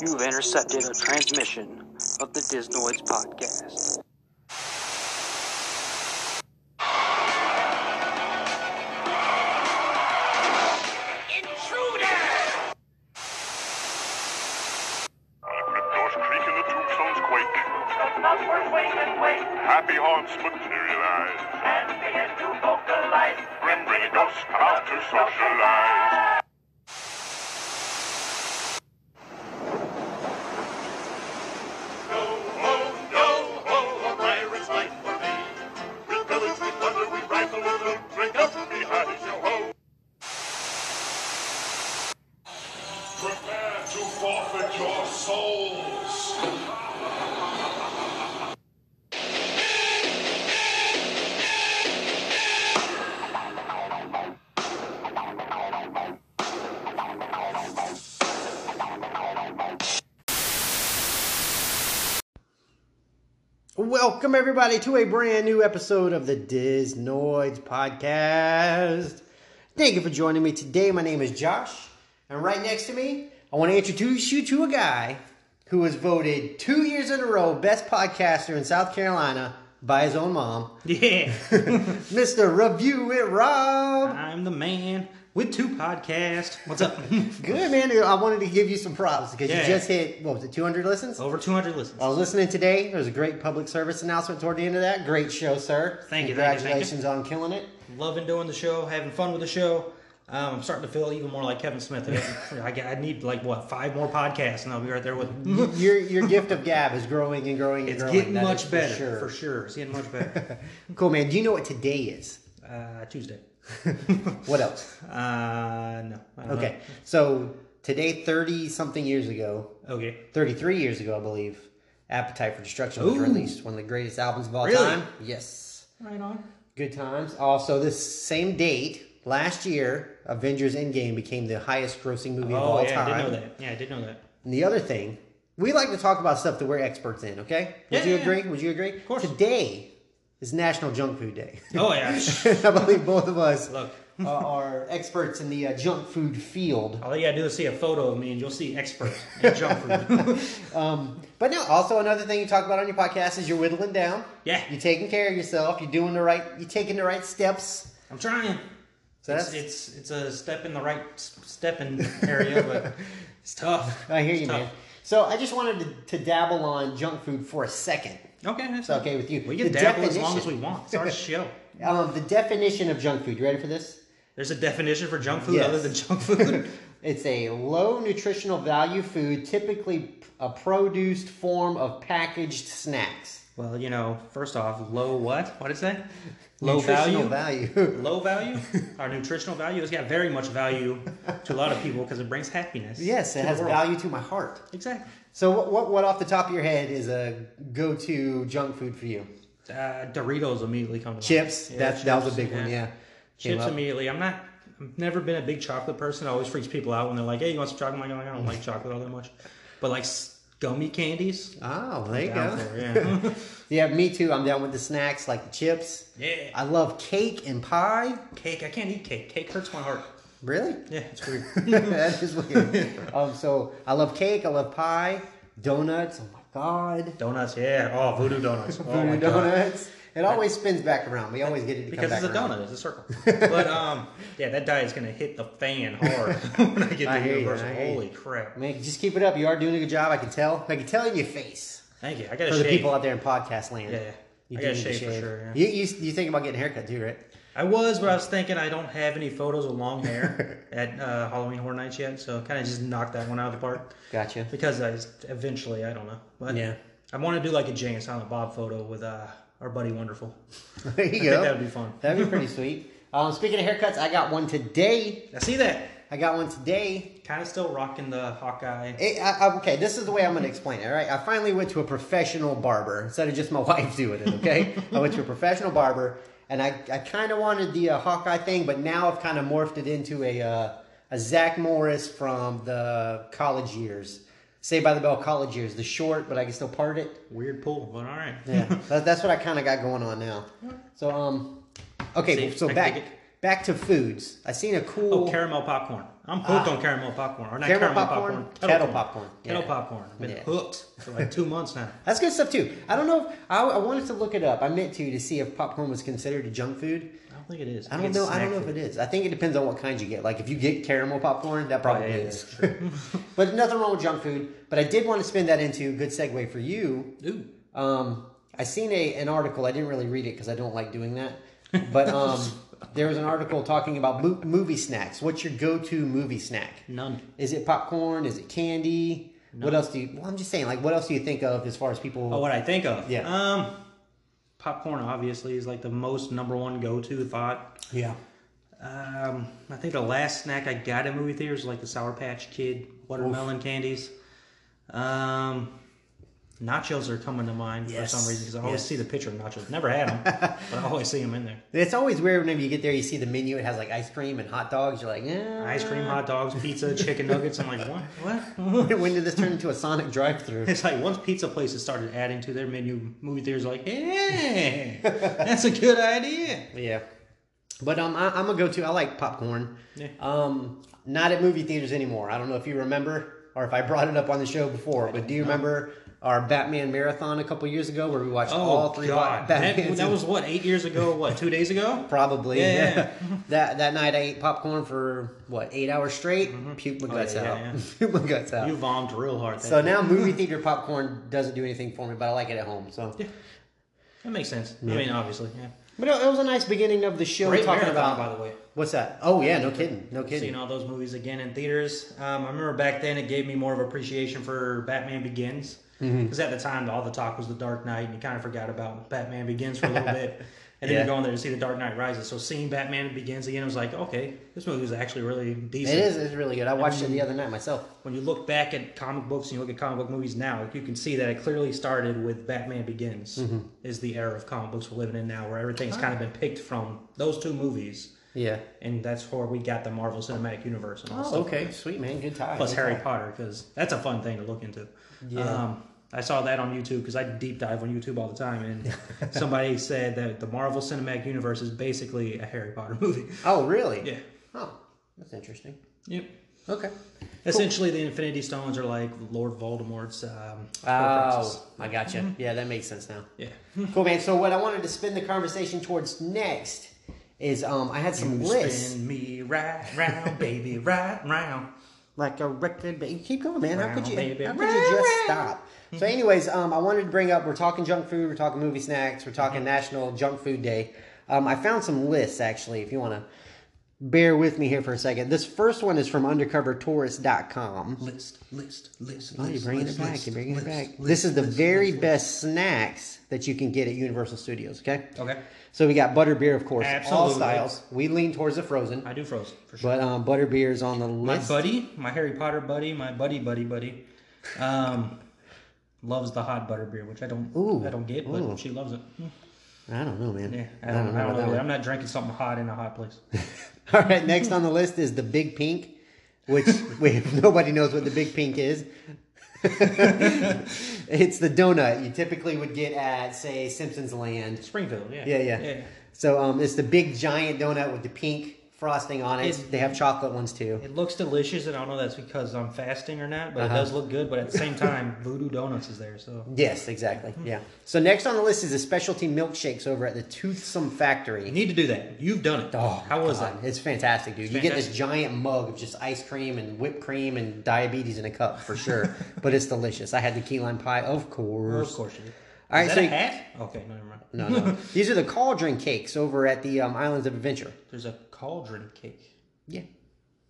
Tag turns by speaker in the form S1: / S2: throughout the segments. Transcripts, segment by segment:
S1: You've intercepted a transmission of the Disnoids
S2: Oh
S1: podcast.
S3: Intruder!
S4: Even if doors creak and the tombstones quake,
S3: The bumpers wait and wait,
S4: happy haunts materialize.
S3: and begin to vocalize.
S4: Grim grinning ghosts come out to socialize.
S5: No ho, no ho, a pirate's life for me. We pillage, we plunder, we rifle, we loot, drink up, me hearty, yo ho. Prepare to forfeit your souls.
S2: Welcome, everybody, to a brand new episode of the Disnoids podcast. Thank you for joining me today. My name is Josh, and right next to me, I want to introduce you to a guy who was voted two years in a row best podcaster in South Carolina by his own mom,
S6: Yeah,
S2: Mr. Review It Rob.
S6: I'm the man with two podcasts. What's up?
S2: Good, man. I wanted to give you some props because
S6: Yeah. Oh.
S2: you just hit, what was it, 200 listens?
S6: Over 200 listens.
S2: I was listening today. There was a great public service announcement toward the end of that. Great show, sir.
S6: Thank you, thank you, thank you.
S2: Congratulations on killing it.
S6: Loving doing the show, having fun with the show. Um, I'm starting to feel even more like Kevin Smith. I, I need like what five more podcasts, and I'll be right there with him.
S2: your your gift of gab is growing and growing and
S6: It's
S2: growing.
S6: getting
S2: That is
S6: much
S2: for
S6: better
S2: sure.
S6: for sure. It's getting much better.
S2: Cool, man. Do you know what today is?
S6: uh, Tuesday.
S2: What else?
S6: Uh, no. I don't
S2: Okay, so today, thirty something years ago,
S6: know. Okay.
S2: thirty three years ago, I believe, "Appetite for Destruction" was
S6: Ooh.
S2: released, one of the greatest albums of all
S6: Really?
S2: time. Yes,
S6: Right on.
S2: good times. Also, this same date last year, "Avengers: Endgame" became the highest grossing movie of
S6: Oh
S2: all
S6: yeah,
S2: time.
S6: I did know that. Yeah, I did know that.
S2: And the other thing, we like to talk about stuff that we're experts in. Okay, would
S6: Yeah,
S2: you
S6: yeah,
S2: agree?
S6: yeah.
S2: Would you agree? Of
S6: course.
S2: Today is National Junk Food Day.
S6: Oh yeah.
S2: I believe both of us
S6: Look.
S2: uh, are experts in the uh, junk food field.
S6: All you gotta do is see a photo of me, and you'll see expert in junk food.
S2: But no, also another thing you talk about on your podcast is you're whittling down.
S6: Yeah.
S2: you're taking care of yourself. You're doing the right. You're taking the right steps.
S6: I'm trying.
S2: So that's.
S6: it's, it's it's a step in the right s- step in area, but it's tough.
S2: I hear
S6: It's
S2: you,
S6: tough.
S2: man. So I just wanted to, to dabble on junk food for a second.
S6: Okay, that's
S2: It's okay with you.
S6: We can
S2: The
S6: dabble as long as we
S2: definition-
S6: want. It's our show.
S2: Um, the definition of junk food. You ready for this?
S6: There's a definition for junk food
S2: Yes.
S6: other than junk food.
S2: It's a low nutritional value food, typically a produced form of packaged snacks.
S6: well, you know, first off, low what? What is that? Low value.
S2: Nutritional value.
S6: Low value. Our nutritional value has got very much value to a lot of people because it brings happiness.
S2: Yes,
S6: to
S2: it
S6: the
S2: has
S6: world.
S2: value to my heart.
S6: Exactly.
S2: So what, what what off the top of your head is a go to junk food for you?
S6: Uh, Doritos immediately come to mind.
S2: Chips.
S6: Yeah,
S2: that that was a
S6: chips,
S2: big one. Yeah. Came
S6: Chips
S2: up.
S6: immediately. I'm not. I've never been a big chocolate person. It always freaks people out when they're like, "Hey, you want some chocolate?" I'm like, "I don't like chocolate all that much." But like s- gummy candies.
S2: Oh, there you
S6: down
S2: go.
S6: for, yeah.
S2: Yeah, me too. I'm down with the snacks like the chips.
S6: Yeah.
S2: I love cake and pie.
S6: cake. I can't eat cake. Cake hurts my heart.
S2: Really?
S6: Yeah, it's weird.
S2: that is weird. um, so I love cake. I love pie. Donuts. Oh my god.
S6: donuts. Yeah. Oh, voodoo donuts. oh
S2: Voodoo
S6: my God.
S2: donuts. It always spins back around. We always get it to
S6: Because
S2: come
S6: it's
S2: back
S6: a
S2: around.
S6: donut. It's a circle. But um, yeah, that diet's gonna hit the fan hard when I get
S2: I
S6: to
S2: hear you,
S6: Universal.
S2: I hear you.
S6: Holy crap!
S2: Man, just keep it up. You are doing a good job. I can tell. I can tell in your face.
S6: Thank you. I gotta
S2: for
S6: shave.
S2: the people out there in podcast land.
S6: Yeah, yeah.
S2: You
S6: I
S2: do
S6: got
S2: need to
S6: shaved for
S2: shave.
S6: sure, yeah.
S2: You, you you think about getting a haircut too, right?
S6: I was, but I was thinking I don't have any photos of long hair at uh, Halloween Horror Nights yet, so kind of just knocked that one out of the park.
S2: Gotcha.
S6: Because I just- eventually, I don't know, but
S2: Yeah.
S6: I want to do like a Jay and Silent Bob photo with uh, our buddy Wonderful.
S2: There you go.
S6: that'd be fun.
S2: That'd be pretty sweet. Um, speaking of haircuts, I got one today.
S6: I see that.
S2: I got one today.
S6: Kind of still rocking the Hawkeye.
S2: It, I, I- okay, this is the way I'm going to explain it. All right, I finally went to a professional barber instead of just my wife doing it. Okay, I went to a professional barber, and I, I kind of wanted the uh, Hawkeye thing, but now I've kind of morphed it into a uh, a Zach Morris from the college years Saved by the Bell college years, the short, but I can still part it.
S6: Weird pull, but all right.
S2: Yeah, that, that's what I kind of got going on now. So um, okay,
S6: See,
S2: so
S6: I can
S2: back
S6: dig it.
S2: back to foods. I seen a cool.
S6: oh, caramel popcorn. I'm hooked on caramel popcorn. Or not
S2: Ah. Caramel
S6: caramel,
S2: popcorn,
S6: popcorn.
S2: kettle popcorn.
S6: Kettle
S2: Yeah.
S6: popcorn. I've been
S2: Yeah.
S6: hooked for like two months now.
S2: That's good stuff too. I don't know. If, I, I wanted to look it up. I meant to to see if popcorn was considered a junk food.
S6: I don't think it is.
S2: I don't know. I don't know if it is. I think it depends on what kind you get. Like if you get caramel popcorn, that probably
S6: yeah, yeah,
S2: is. but nothing wrong with junk food. But I did want to spin that into good segue for you.
S6: Ooh.
S2: Um, I seen a an article. I didn't really read it because I don't like doing that. But um, there was an article talking about mo- movie snacks. What's your go to movie snack?
S6: None.
S2: Is it popcorn? Is it candy? What else do you? Well, I'm just saying. Like, what else do you think of as far as people?
S6: Oh, what I think of.
S2: Yeah.
S6: Um, popcorn obviously is like the most number one go to thought.
S2: yeah.
S6: Um, I think the last snack I got in movie theaters was like the Sour Patch Kid watermelon candies. Um, nachos are coming to mind
S2: Yes.
S6: for some reason because I always
S2: Yes.
S6: see the picture of nachos. Never had them, but I always see them in there.
S2: It's always weird whenever you get there. You see the menu. It has like ice cream and hot dogs. You're like, eh.
S6: Ice cream, hot dogs, pizza, chicken nuggets. I'm like, what? What?
S2: when did this turn into a Sonic drive-through?
S6: It's like once pizza places started adding to their menu, movie theaters are like, hey, that's a good idea.
S2: yeah, but um, I, I'm a go-to. I like popcorn.
S6: Yeah.
S2: Um, not at movie theaters anymore. I don't know if you remember or if I brought it up on the show before, but do you remember our Batman marathon a couple years ago where we watched all three
S6: Oh, God. That,
S2: Batman?
S6: that was what eight years ago. What two days ago?
S2: probably
S6: Yeah, yeah,
S2: that that night I ate popcorn for what eight hours straight. Puked my guts
S6: Mm-hmm. Oh, yeah,
S2: out.
S6: yeah, yeah.
S2: Puked my guts out.
S6: You bombed real hard. That
S2: so now movie theater popcorn doesn't do anything for me, but I like it at home. So.
S6: that makes sense. I mean, obviously, yeah.
S2: But it it was a nice beginning of the show
S6: Great
S2: talking
S6: marathon,
S2: about.
S6: by the way.
S2: What's that? Oh yeah, no kidding, no
S6: Seeing
S2: kidding.
S6: all those movies again in theaters. Um, I remember back then it gave me more of appreciation for Batman Begins because
S2: Mm-hmm.
S6: at the time all the talk was The Dark Knight, and you kind of forgot about Batman Begins for a little bit. And then
S2: Yeah.
S6: you're going there to see The Dark Knight Rises. So seeing Batman Begins again, I was like, okay, this movie was actually really
S2: It
S6: decent.
S2: is. It's really good. I watched it the other night myself.
S6: when you look back at comic books and you look at comic book movies now, you can see that it clearly started with Batman Begins
S2: Mm-hmm.
S6: is the era of comic books we're living in now, where everything's kind of been picked from those two movies,
S2: Yeah.
S6: and that's where we got the Marvel Cinematic Universe and all that
S2: Oh,
S6: stuff.
S2: okay. Sweet man. Good time.
S6: Plus
S2: Good
S6: Harry
S2: time.
S6: Potter, because that's a fun thing to look into.
S2: Yeah.
S6: Um, I saw that on YouTube because I deep dive on YouTube all the time, and somebody said that the Marvel Cinematic Universe is basically a Harry Potter movie.
S2: Oh really?
S6: Yeah.
S2: Oh, that's interesting.
S6: Yep.
S2: Okay.
S6: Essentially, the Infinity Stones are like Lord Voldemort's. Um,
S2: Oh, I gotcha. Yeah, that makes sense now.
S6: Yeah.
S2: Cool man. So what I wanted to spin the conversation towards next is um I had some lists
S6: Spin me right round, baby, right round.
S2: like a record. But you keep going, man. How could you?
S6: Round, baby.
S2: How could you just stop? So, anyways, um, I wanted to bring up. We're talking junk food. We're talking movie snacks. We're talking
S6: Mm-hmm.
S2: National Junk Food Day. Um, I found some lists actually. If you want to bear with me here for a second, this first one is from UndercoverTourist.com.
S6: List, list, list.
S2: Oh, you're
S6: list,
S2: bringing
S6: list,
S2: it back.
S6: list,
S2: you're bringing
S6: list,
S2: it back.
S6: list,
S2: this is the
S6: list,
S2: very
S6: list, list.
S2: best snacks that you can get at Universal Studios. Okay.
S6: Okay.
S2: So we got butter beer, of course, all
S6: Absolutely.
S2: styles. We lean towards the frozen,
S6: I do Frozen for sure.
S2: but um, butter beer is on the
S6: my
S2: list.
S6: buddy, my Harry Potter buddy, my buddy, buddy, buddy, um, loves the hot butter beer, which I don't,
S2: Ooh,
S6: I don't get, but
S2: ooh.
S6: she loves it. Mm,
S2: I don't know, man.
S6: Yeah, I don't, I
S2: about
S6: don't
S2: that
S6: know.
S2: one.
S6: I'm not drinking something hot in a hot place.
S2: All right, next on the list is the Big Pink, which wait, nobody knows what the Big Pink is. it's the donut you typically would get at, say, Simpsons Land.
S6: Springfield, yeah,
S2: Yeah, yeah. So um, it's the big giant donut with the pink frosting on it.
S6: It-
S2: they have chocolate ones too.
S6: It looks delicious, and I don't know if that's because I'm fasting or not, but
S2: Uh-huh.
S6: it does look good. But at the same time, Voodoo Donuts is there, so
S2: Yes, exactly. Yeah. So next on the list is the specialty milkshakes over at the Toothsome Factory.
S6: you need to do that. You've done it.
S2: Oh,
S6: How was that?
S2: God. It's fantastic, dude. you get this giant mug of just ice cream and whipped cream and diabetes in a cup for sure, but it's delicious. I had the key lime pie, of course.
S6: Of course you did.
S2: All right,
S6: Is
S2: so
S6: that a
S2: you-
S6: hat? Okay, no, never mind.
S2: No, no. These are the cauldron cakes over at the um, Islands of Adventure.
S6: There's a cauldron cake.
S2: Yeah.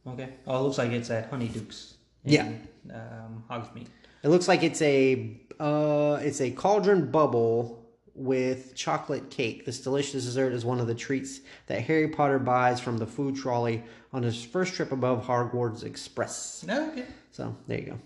S6: Okay. Oh, it looks like it's at Honey Duke's.
S2: Yeah.
S6: in, Um, Hogsmeade.
S2: It looks like it's a uh, it's a cauldron bubble with chocolate cake. This delicious dessert is one of the treats that Harry Potter buys from the food trolley on his first trip above Hogwarts Express.
S6: No. Okay.
S2: So there you go.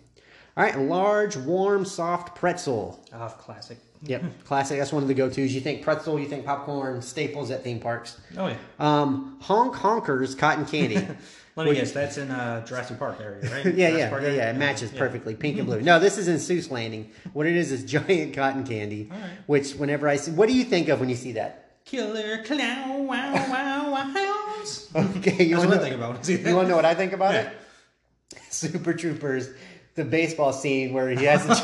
S2: All right, large, warm, soft pretzel.
S6: Ah, classic.
S2: Yep, classic. That's one of the go-to's. You think pretzel, you think popcorn, staples at theme parks.
S6: Oh yeah.
S2: Um, honk honkers, cotton candy.
S6: Let me guess. That's in uh, Jurassic Park area, right?
S2: yeah,
S6: Jurassic
S2: yeah,
S6: Park
S2: yeah,
S6: area?
S2: yeah. It matches
S6: Yeah. Mm-hmm.
S2: perfectly. Pink and blue. No, this is in Seuss Landing. What it is is giant cotton candy. Which, whenever I see, what do you think of when you see that?
S6: Killer clown, wow, wow, wow.
S2: Okay, you wanna
S6: That's what I
S2: know-
S6: think about when I see
S2: You
S6: that.
S2: want to know what I think about
S6: Yeah.
S2: it? Super Troopers, the baseball scene where he has a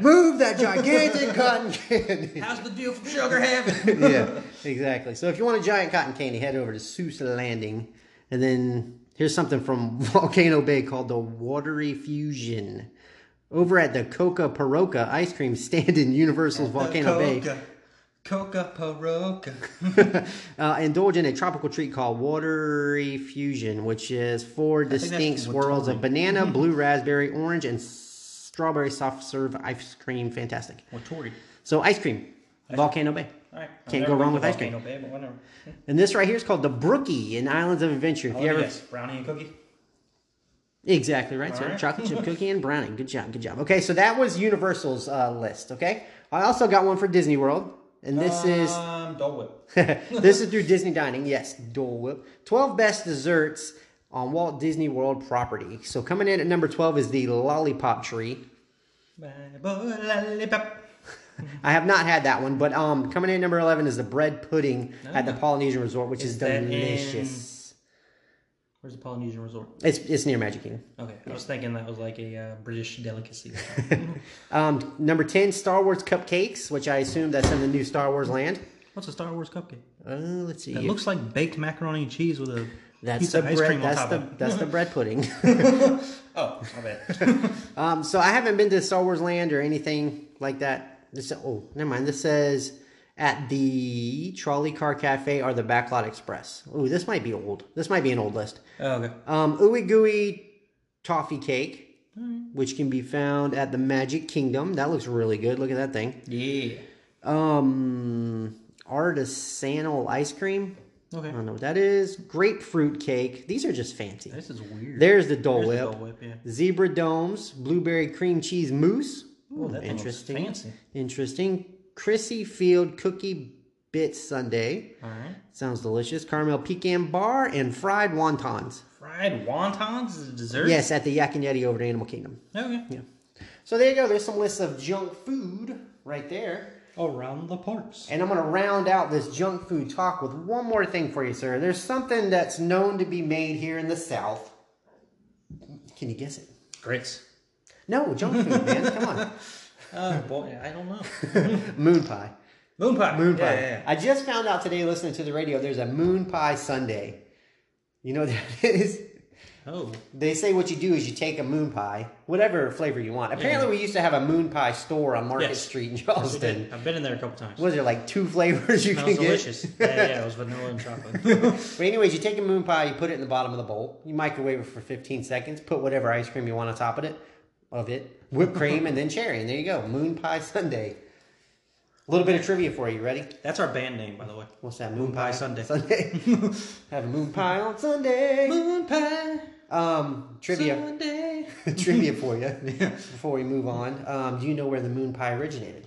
S2: giant, move that gigantic cotton candy.
S6: How's the deal from Sugar Heaven?
S2: yeah, exactly. So if you want a giant cotton candy, head over to Seuss Landing, and then here's something from Volcano Bay called the Watery Fusion. Over at the Coca Paroca ice cream stand in Universal's Volcano Bay,
S6: Coca, Coca Paroca.
S2: uh, indulge in a tropical treat called Watery Fusion, which is four
S6: that's
S2: distinct swirls of
S6: Watori.
S2: banana, blue raspberry, orange, and strawberry soft serve ice cream. Fantastic.
S6: Watori.
S2: So ice cream, Volcano Bay.
S6: All right. I've
S2: Can't
S6: never
S2: go wrong
S6: been to
S2: with ice cream.
S6: Volcano Bay, but whatever.
S2: And this right here is called the Brookie in Islands of Adventure. If
S6: Oh,
S2: you ever
S6: yes, brownie and cookie.
S2: Exactly right, sir.
S6: right.
S2: Chocolate chip cookie and brownie. Good job, good job. Okay, so that was Universal's uh, list. Okay, I also got one for Disney World, and this
S6: um, Dole Whip.
S2: is this is through Disney Dining. Yes, Dole Whip. Twelve best desserts on Walt Disney World property. So coming in at number twelve is the lollipop tree.
S6: Bible lollipop.
S2: I have not had that one, but um, coming in at number eleven is the bread pudding at the Polynesian Resort, which is,
S6: Ah. Is that in-
S2: delicious.
S6: Where's the Polynesian Resort?
S2: It's it's near Magic Kingdom.
S6: Okay, I was thinking that was like a uh, British delicacy.
S2: Um, number ten, Star Wars cupcakes, which I assume that's in the new Star Wars land.
S6: What's a Star Wars cupcake?
S2: Uh, let's see.
S6: It
S2: if-
S6: looks like baked macaroni and cheese with a
S2: That's
S6: pizza
S2: the
S6: ice
S2: bread.
S6: cream on
S2: That's
S6: top
S2: the
S6: of it.
S2: that's the bread pudding.
S6: Oh, my bad.
S2: um, so I haven't been to Star Wars Land or anything like that. This oh, never mind. This says at the Trolley Car Cafe or the Backlot Express. Ooh, this might be old. This might be an old list.
S6: oh, okay.
S2: Um, ooey gooey toffee cake, which can be found at the Magic Kingdom. That looks really good. Look at that thing.
S6: Yeah.
S2: Um, artisanal ice cream. I
S6: Okay.
S2: don't know what that is. Grapefruit cake. These are just fancy.
S6: This is weird.
S2: There's the Dole
S6: There's the
S2: Whip.
S6: Dole Whip, yeah.
S2: Zebra domes, blueberry cream cheese mousse.
S6: Ooh, that thing looks
S2: interesting.
S6: fancy.
S2: Interesting. Chrissy Field cookie bit sundae.
S6: All right.
S2: Sounds delicious. Caramel pecan bar and fried wontons.
S6: Fried wontons is a dessert?
S2: Yes, at the Yak and Yeti over at Animal Kingdom.
S6: Okay. Yeah.
S2: So there you go. There's some lists of junk food right there.
S6: Around Oh, the parks.
S2: And I'm going to round out this junk food talk with one more thing for you, sir. There's something that's known to be made here in the South. Can you guess it?
S6: Grits.
S2: No, junk food, man. Come on.
S6: Oh, boy. I don't know.
S2: Moon pie.
S6: Moon pie.
S2: Moon pie.
S6: Yeah, yeah, yeah.
S2: I just found out today listening to the radio there's a moon pie Sunday. You know what that is?
S6: Oh.
S2: They say what you do is you take a moon pie, whatever flavor you want. Apparently, we used to have a moon pie store on Market
S6: Yes.
S2: Street in
S6: Yes, we
S2: Charleston.
S6: did. I've been in there a couple times.
S2: Was there like two flavors you
S6: That
S2: can
S6: was
S2: get?
S6: delicious. yeah, yeah, it was vanilla and chocolate.
S2: But anyways, you take a moon pie, you put it in the bottom of the bowl, you microwave it for 15 seconds, put whatever ice cream you want on top of it, of it, whipped cream, and then cherry, and there you go, moon pie Sunday. A little bit of trivia for you. Ready?
S6: That's our band name, by the way.
S2: What's that? Moon,
S6: pie Sunday.
S2: Sunday. Have a moon pie on Sunday.
S6: Moon pie.
S2: Um, trivia,
S6: Sunday.
S2: trivia for you before we move on. Um, do you know where the moon pie originated?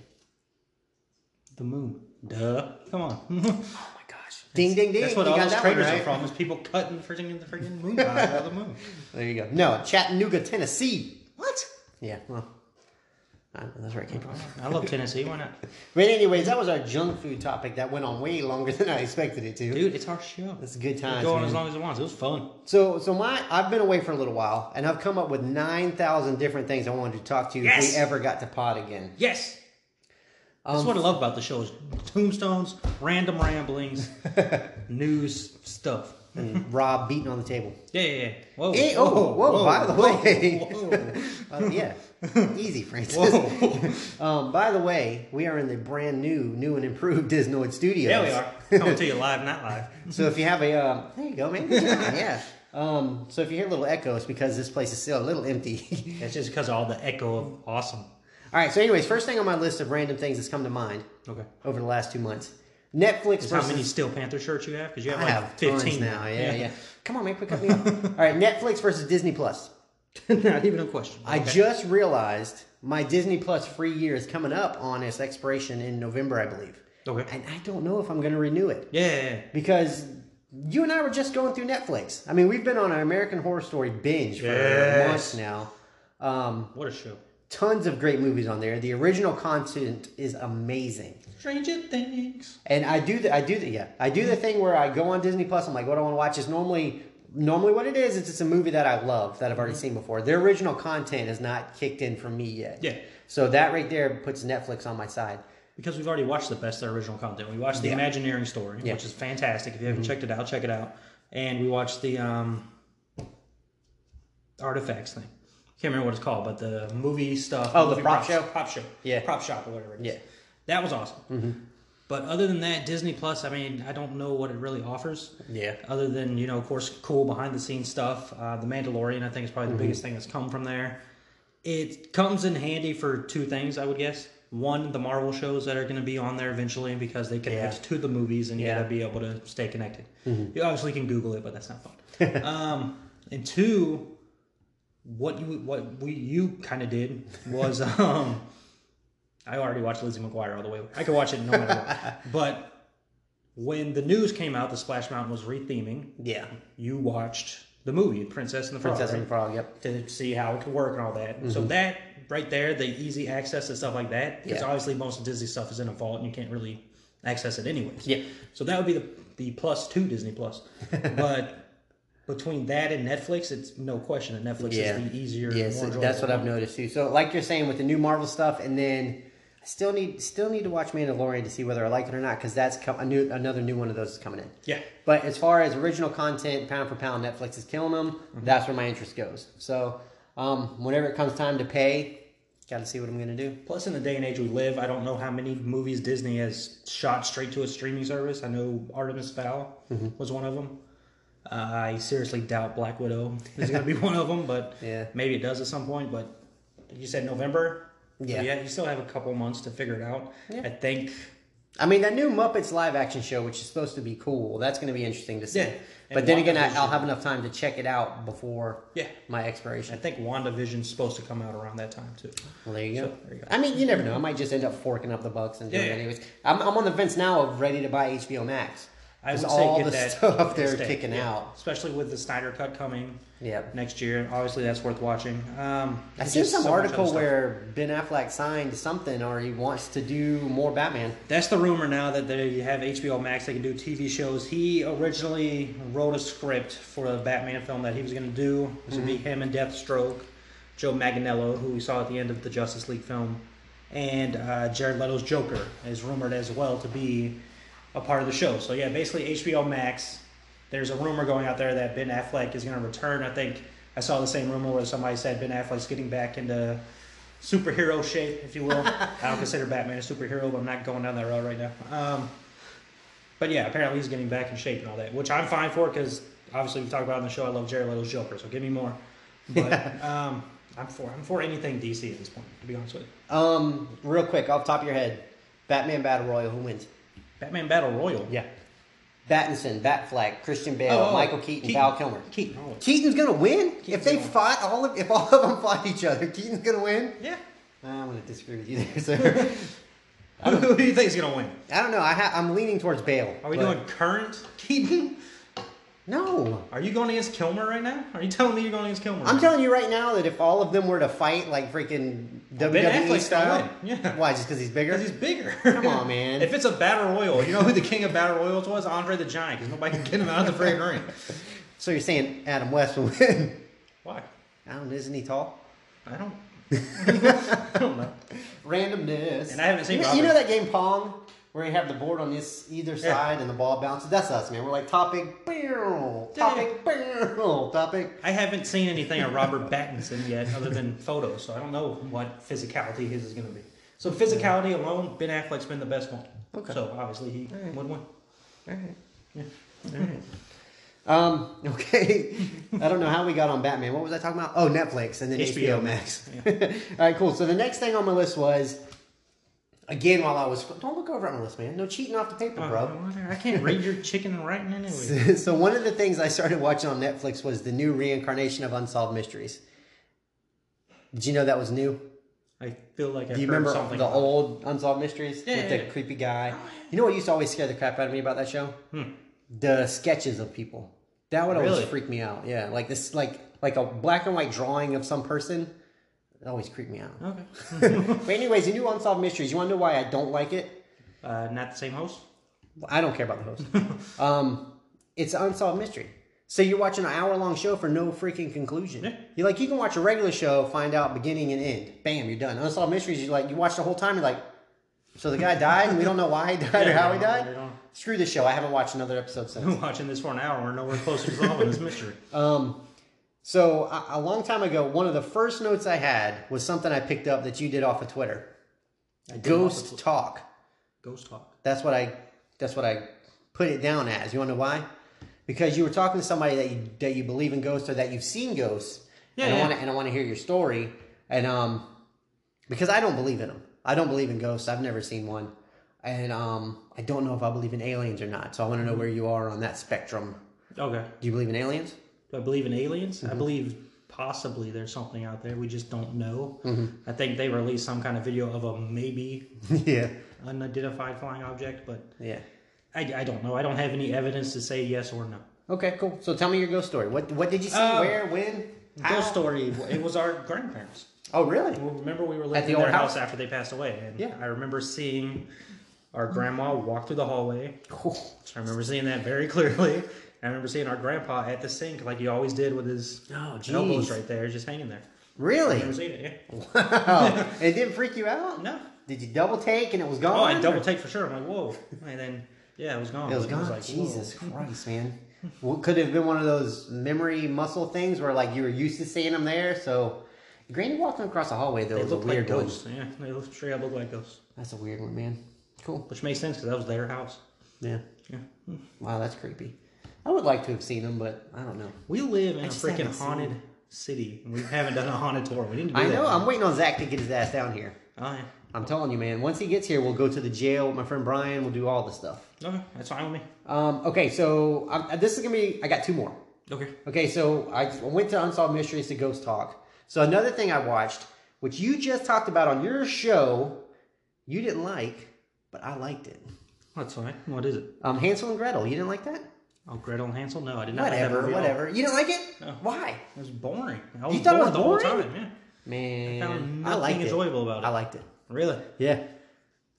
S6: The moon. Duh. Come on.
S2: Oh my gosh! Ding ding ding!
S6: That's what
S2: you
S6: all
S2: got
S6: those
S2: that
S6: craters
S2: one,
S6: are
S2: right?
S6: from, is people cutting freaking the freaking moon pie out of the moon.
S2: There you go. No, Chattanooga, Tennessee.
S6: What?
S2: Yeah, well, I don't know, that's where it came from.
S6: I love Tennessee. Why not?
S2: But anyways, that was our junk food topic that went on way longer than I expected it to.
S6: Dude, it's our show.
S2: It's good times.
S6: Go on
S2: man.
S6: as long as it wants. It was fun.
S2: So, so my I've been away for a little while, and I've come up with nine thousand different things I wanted to talk to you if
S6: Yes!
S2: we ever got to pod again.
S6: Yes.
S2: Um,
S6: That's what I love about the show is tombstones, random ramblings, news stuff.
S2: Rob beating on the table.
S6: Yeah, yeah, yeah. Whoa.
S2: Mm. Eh, oh, whoa, by the way.
S6: whoa.
S2: Uh, yeah, easy, Francis.
S6: Whoa.
S2: Um, by the way, we are in the brand new, new and improved Disnoid Studios.
S6: yeah, we are. Coming to you live, not live.
S2: So if you have a, um, there you go, man. Good job, yeah. Um, so if you hear little echoes, because this place is still a little empty.
S6: That's just because of all the echo of awesome.
S2: All right. So, anyways, first thing on my list of random things that's come to mind
S6: Okay.
S2: over the last two months: Netflix
S6: That's
S2: versus.
S6: how many Steel Panther shirts you have? Because you have
S2: I
S6: like
S2: have
S6: 15
S2: 15 now. Yeah, yeah, Come on, man, quick up me up. All right, Netflix versus Disney Plus.
S6: Not even a question.
S2: I just realized my Disney Plus free year is coming up on its expiration in November, I believe,
S6: Okay.
S2: and I don't know if I'm going to renew it
S6: Yeah, yeah, yeah.
S2: because you and I were just going through Netflix. I mean, we've been on an American Horror Story binge for
S6: Yes.
S2: months now. Um,
S6: What a show.
S2: tons of great movies on there. The original content is amazing.
S6: Stranger Things.
S2: And I do the I do the yeah I do the thing where I go on Disney Plus. I'm like, what I want to watch is normally normally what it is. It's it's a movie that I love that I've already seen before. Their original content is not kicked in for me yet.
S6: Yeah.
S2: So that right there puts Netflix on my side.
S6: Because we've already watched the best of their original content. We watched the
S2: Yeah.
S6: Imagineering story,
S2: Yeah. Mm-hmm.
S6: which is fantastic. If you haven't checked it out, check it out. And we watched the um, artifacts thing. Can't remember what it's called, but the movie stuff.
S2: Oh, the
S6: movie
S2: prop
S6: props-
S2: show?
S6: prop show,
S2: Yeah.
S6: prop shop or whatever. It is.
S2: Yeah. Mm-hmm.
S6: that was awesome. But other than that, Disney Plus. I mean, I don't know what it really offers.
S2: Yeah.
S6: Other than you know, of course, cool behind the scenes stuff. Uh, the Mandalorian, I think, is
S2: Mm-hmm.
S6: probably the biggest thing that's come from there. It comes in handy for two things, I would guess. One, the Marvel shows that are going to be on there eventually because they connect
S2: Yeah.
S6: to the movies, and you
S2: Yeah. Mm-hmm.
S6: got to be able to stay connected. You obviously can Google it, but that's not fun. um, and two, what you what we you kind of did was um, I already watched Lizzie McGuire all the way. I could watch it no matter what. But when the news came out, the Splash Mountain was retheming.
S2: Yeah.
S6: You watched the movie Princess and the Frog,
S2: Princess and the
S6: right?
S2: Frog. Yep.
S6: to see how it could work and all that. So that right there, the easy access and stuff like that, because
S2: Mm-hmm. Yeah.
S6: obviously most of Disney stuff is in a vault and you can't really access it anyways.
S2: Yeah.
S6: So that would be the the plus two Disney Plus, but. Between that and Netflix, it's no question that Netflix
S2: Yeah.
S6: is the easier.
S2: Yes,
S6: more
S2: that's
S6: enjoyable
S2: what I've
S6: one.
S2: noticed too. So, like you're saying, with the new Marvel stuff, and then I still need still need to watch Mandalorian to see whether I like it or not, because that's com- a new another new one of those is coming in.
S6: Yeah.
S2: But as far as original content, pound for pound, Netflix is killing them.
S6: Mm-hmm.
S2: That's where my interest goes. So, um, whenever it comes time to pay, got to see what I'm gonna do.
S6: Plus, in the day and age we live, I don't know how many movies Disney has shot straight to a streaming service. I know Artemis Fowl
S2: Mm-hmm.
S6: was one of them. Uh, I seriously doubt Black Widow is going to be one of them, but
S2: Yeah.
S6: maybe it does at some point. But you said November. So
S2: Yeah.
S6: yeah, you still have a couple months to figure it out. I think.
S2: I mean, that new Muppets live action show, which is supposed to be cool, that's gonna be interesting to see.
S6: Yeah.
S2: But
S6: And
S2: then again, I,
S6: WandaVision.
S2: I'll have enough time to check it out before
S6: Yeah.
S2: my
S6: I
S2: expiration.
S6: think WandaVision's supposed to come out around that time too.
S2: Well, there you go.
S6: So, there you go.
S2: I mean, you never know. I might just end up forking up the bucks and doing
S6: Yeah,
S2: it
S6: yeah.
S2: anyways. I'm, I'm on the fence now of ready to buy HBO Max.
S6: I
S2: Because
S6: would
S2: all
S6: say
S2: the
S6: get that
S2: stuff they're
S6: instead,
S2: kicking
S6: yeah.
S2: out.
S6: especially with the Snyder Cut coming
S2: Yep.
S6: next year. Obviously, that's worth watching. Um,
S2: I
S6: there's
S2: seen
S6: just
S2: some
S6: so much other
S2: article
S6: stuff.
S2: where Ben Affleck signed something or he wants to do more Batman.
S6: That's the rumor now that they have HBO Max. They can do TV shows. He originally wrote a script for a Batman film that he was going to do. This would be him and Deathstroke, Joe Manganiello, who we saw at the end of the Justice League film, and uh, Jared Leto's Joker is rumored as well to be a part of the show. So yeah, basically HBO Max. There's a rumor going out there that Ben Affleck is going to return. I think I saw the same rumor where somebody said Ben Affleck's getting back into superhero shape, if you will. I don't consider Batman a superhero, but I'm not going down that road right now. Um, but yeah, apparently he's getting back in shape and all that, which I'm fine for because obviously we talked about it on the show. I love Jared Leto's Joker, so give me more. But um, I'm for I'm for anything DC at this point, to be honest with you.
S2: Um, real quick, off the top of your head, Batman Battle Royal, who wins?
S6: Batman Battle Royal.
S2: Battinson, Batfleck, Christian Bale,
S6: Oh, oh,
S2: Michael Keaton,
S6: Keaton.
S2: Val Kilmer.
S6: Keaton. Oh.
S2: Keaton's gonna win if
S6: Keaton's
S2: they
S6: gonna win.
S2: fought all of if all of them fought each other. Keaton's gonna win.
S6: Yeah.
S2: I'm gonna disagree with you there, sir.
S6: Who do you think's gonna win?
S2: I don't know. I ha- I'm leaning towards Bale.
S6: Are we
S2: but-
S6: doing current Keaton?
S2: No.
S6: Are you going against Kilmer right now? Are you telling me you're going against Kilmer?
S2: I'm telling you right now that if all of them were to fight like freaking WWE
S6: Oh, Affleck's gonna
S2: style,
S6: win. Yeah.
S2: why? Just because he's bigger?
S6: Because he's bigger.
S2: Come on, man.
S6: If it's a battle royal, you know who the king of battle royals was? Andre the Giant, because nobody can get him out of the friggin' ring.
S2: so you're saying Adam West will win?
S6: Why?
S2: I don't. know, Isn't he tall?
S6: I don't. I don't know.
S2: Randomness.
S6: And I haven't seen
S2: You know, you know
S6: Robert.
S2: that game Pong where you have the board on this either
S6: Yeah.
S2: side and the ball bounces? That's us, man. We're like topic, barrel, topic, barrel, topic.
S6: I haven't seen anything of Robert Pattinson yet, other than photos. So I don't know what physicality his is going to be. So physicality alone, Ben Affleck's been the best one.
S2: Okay.
S6: So obviously he would win.
S2: Um. Okay. I don't know how we got on Batman. What was I talking about? Oh, Netflix and then HBO,
S6: HBO
S2: Max. All right, cool. So the next thing on my list was, again, while I was don't look over at my list, man. No cheating off the paper, bro.
S6: I can't read your chicken writing anyway.
S2: so one of the things I started watching on Netflix was the new reincarnation of Unsolved Mysteries. Did you know that was new?
S6: I feel like I
S2: Do you
S6: heard
S2: remember
S6: something.
S2: the
S6: about it.
S2: old Unsolved Mysteries
S6: Yeah,
S2: with
S6: yeah, Oh,
S2: the
S6: yeah.
S2: creepy guy? You know what used to always scare the crap out of me about that show? the sketches of people. That would always
S6: Hmm. Really?
S2: freak me out. Yeah, like this, like like a black and white drawing of some person. It always creeped me out.
S6: Okay.
S2: But anyways, the new unsolved mysteries. You want to know why I don't like it?
S6: Uh, not the same host.
S2: I don't care about the host. um, it's an unsolved mystery. So you're watching an hour long show for no freaking conclusion.
S6: Yeah.
S2: You're like, you can watch a regular show, find out beginning and end. Bam, you're done. Unsolved mysteries, you like, you watch the whole time. You're like, so the guy died, and we don't know why he died or
S6: Yeah,
S2: how he
S6: they don't-
S2: died.
S6: they don't-
S2: Screw this show. I haven't watched another episode since.
S6: We're watching this for an hour. We're nowhere close to solving this mystery.
S2: Um, so a, a long time ago, one of the first notes I had was something I picked up that you did off of Twitter. Ghost talk.
S6: Ghost talk.
S2: That's what I. That's what I put it down as. You want to know why? Because you were talking to somebody that you that you believe in ghosts or that you've seen ghosts.
S6: Yeah,
S2: And I
S6: yeah.
S2: want to and I want to hear your story. And um, because I don't believe in them. I don't believe in ghosts. I've never seen one. And um, I don't know if I believe in aliens or not. So I want to know
S6: Mm-hmm.
S2: where you are on that spectrum.
S6: Okay.
S2: Do you believe in aliens?
S6: Do I believe in aliens? I believe possibly there's something out there. We just don't know. I think they released some kind of video of a maybe
S2: yeah.
S6: unidentified flying object, but
S2: Yeah.
S6: I, I don't know. I don't have any evidence to say yes or no.
S2: Okay, cool. So tell me your ghost story. What what did you see?
S6: Uh,
S2: where? When?
S6: Ghost
S2: how?
S6: story. It was our grandparents.
S2: Oh, really?
S6: Well, remember we were living
S2: the
S6: in their
S2: old
S6: house?
S2: house?
S6: after they passed away, and
S2: Yeah.
S6: I remember seeing our grandma walk through the hallway. I remember seeing that very clearly. I remember seeing our grandpa at the sink, like he always did, with his
S2: Oh,
S6: elbows
S2: jeez.
S6: right there, just hanging there. I
S2: Really?
S6: remember seeing it. Yeah.
S2: Wow. it didn't freak you out?
S6: No.
S2: Did you double take and it was gone?
S6: Oh, I double
S2: or-
S6: take for sure. I'm like, whoa, and then yeah, it was gone.
S2: It was
S6: But
S2: gone.
S6: like, whoa.
S2: Jesus Christ, man. Well, could it have been one of those memory muscle things where like you were used to seeing them there. So, Granny walking across the hallway though
S6: They
S2: was a
S6: looked like
S2: weird one.
S6: ghosts. Yeah, they look, straight up look like ghosts,
S2: That's a weird one, man. Cool.
S6: which makes sense because that was their house.
S2: Yeah.
S6: Yeah.
S2: Wow, that's creepy. I would like to have seen them, but I don't know.
S6: We live in a
S2: just
S6: freaking
S2: haven't seen
S6: haunted city, and we haven't done a haunted tour. We need to do
S2: I
S6: that.
S2: know. I'm waiting on Zach to get his ass down here.
S6: Oh yeah.
S2: I'm telling you, man. Once he gets here, we'll go to the jail with my friend Brian. We'll do all this stuff.
S6: Okay, that's fine with me.
S2: Um, okay, so um, this is gonna be. I got two more.
S6: Okay.
S2: Okay, so I just went to Unsolved Mysteries to Ghost Talk. So another thing I watched, which you just talked about on your show, you didn't like, but I liked it.
S6: That's fine. What is it?
S2: Um, Hansel and Gretel. You didn't like that?
S6: Oh, Gretel and Hansel? No, I did not. like that
S2: Whatever,
S6: movie at all.
S2: whatever. You didn't like it?
S6: No.
S2: Why?
S6: It was boring. I was
S2: You thought it was
S6: bored the whole
S2: boring?
S6: time, yeah.
S2: Man, I,
S6: found nothing
S2: liked
S6: enjoyable
S2: it.
S6: about it.
S2: I liked it.
S6: Really?
S2: Yeah.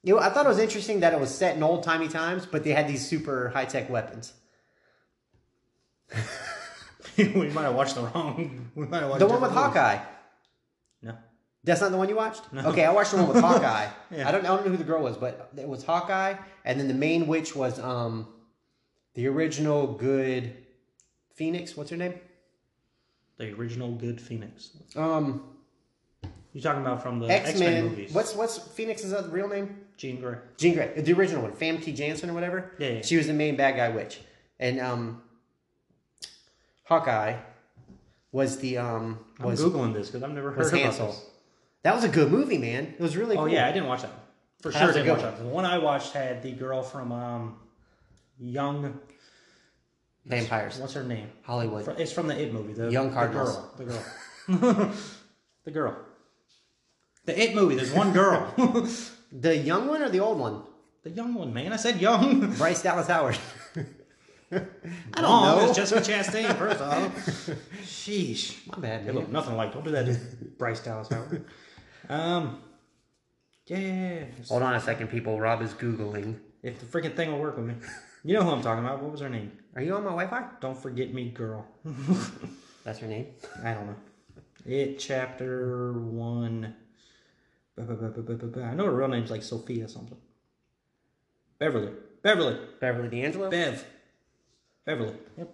S2: You know, I thought it was interesting that it was set in old timey times, but they had these super high tech weapons.
S6: we might have watched the wrong. We might have watched
S2: The one with
S6: different movies.
S2: Hawkeye.
S6: No.
S2: That's not the one you watched? Okay, I watched the one with Hawkeye.
S6: Yeah.
S2: I don't I don't know who the girl was, but it was Hawkeye, and then the main witch was um the original good Phoenix, what's her name?
S6: The original Good Phoenix.
S2: Um
S6: You're talking about from the X Men
S2: X-Men.
S6: movies.
S2: What's what's Phoenix's other real name?
S6: Jean Grey?
S2: Jean Grey, the original one, Famke Janssen or whatever.
S6: Yeah, yeah.
S2: She was the main bad guy witch. And um Hawkeye was the um
S6: I'm
S2: was
S6: googling this because I've never heard
S2: was
S6: about
S2: Hansel.
S6: this.
S2: That was a good movie, man. It was really
S6: Oh
S2: cool.
S6: yeah, I didn't watch that. one. For
S2: That
S6: sure,
S2: was a
S6: didn't
S2: good one.
S6: watch that. one. The one I watched had the girl from um, Young.
S2: Vampires.
S6: What's her name?
S2: Hollywood.
S6: Fr- It's from the It movie. The
S2: Young
S6: the
S2: Cardinals.
S6: girl, The girl. The girl. the It movie. There's one girl.
S2: The young one or the old one?
S6: the young one, man. I said young.
S2: Bryce Dallas Howard. I don't
S6: Wrong.
S2: know.
S6: It's Jessica Chastain. First off, sheesh.
S2: My bad,
S6: They
S2: man.
S6: look nothing like. Don't do that, to Bryce Dallas Howard. Um. Yeah.
S2: Hold on a second, people. Rob is googling.
S6: If the freaking thing will work with me, you know who I'm talking about. What was her name?
S2: Are you on my Wi-Fi?
S6: Don't forget me, girl.
S2: That's her name.
S6: I don't know. It chapter one. Ba- ba- ba- ba- ba- ba- ba. I know her real name's like Sophia something. Beverly. Beverly.
S2: Beverly D'Angelo.
S6: Bev. Beverly. Yep.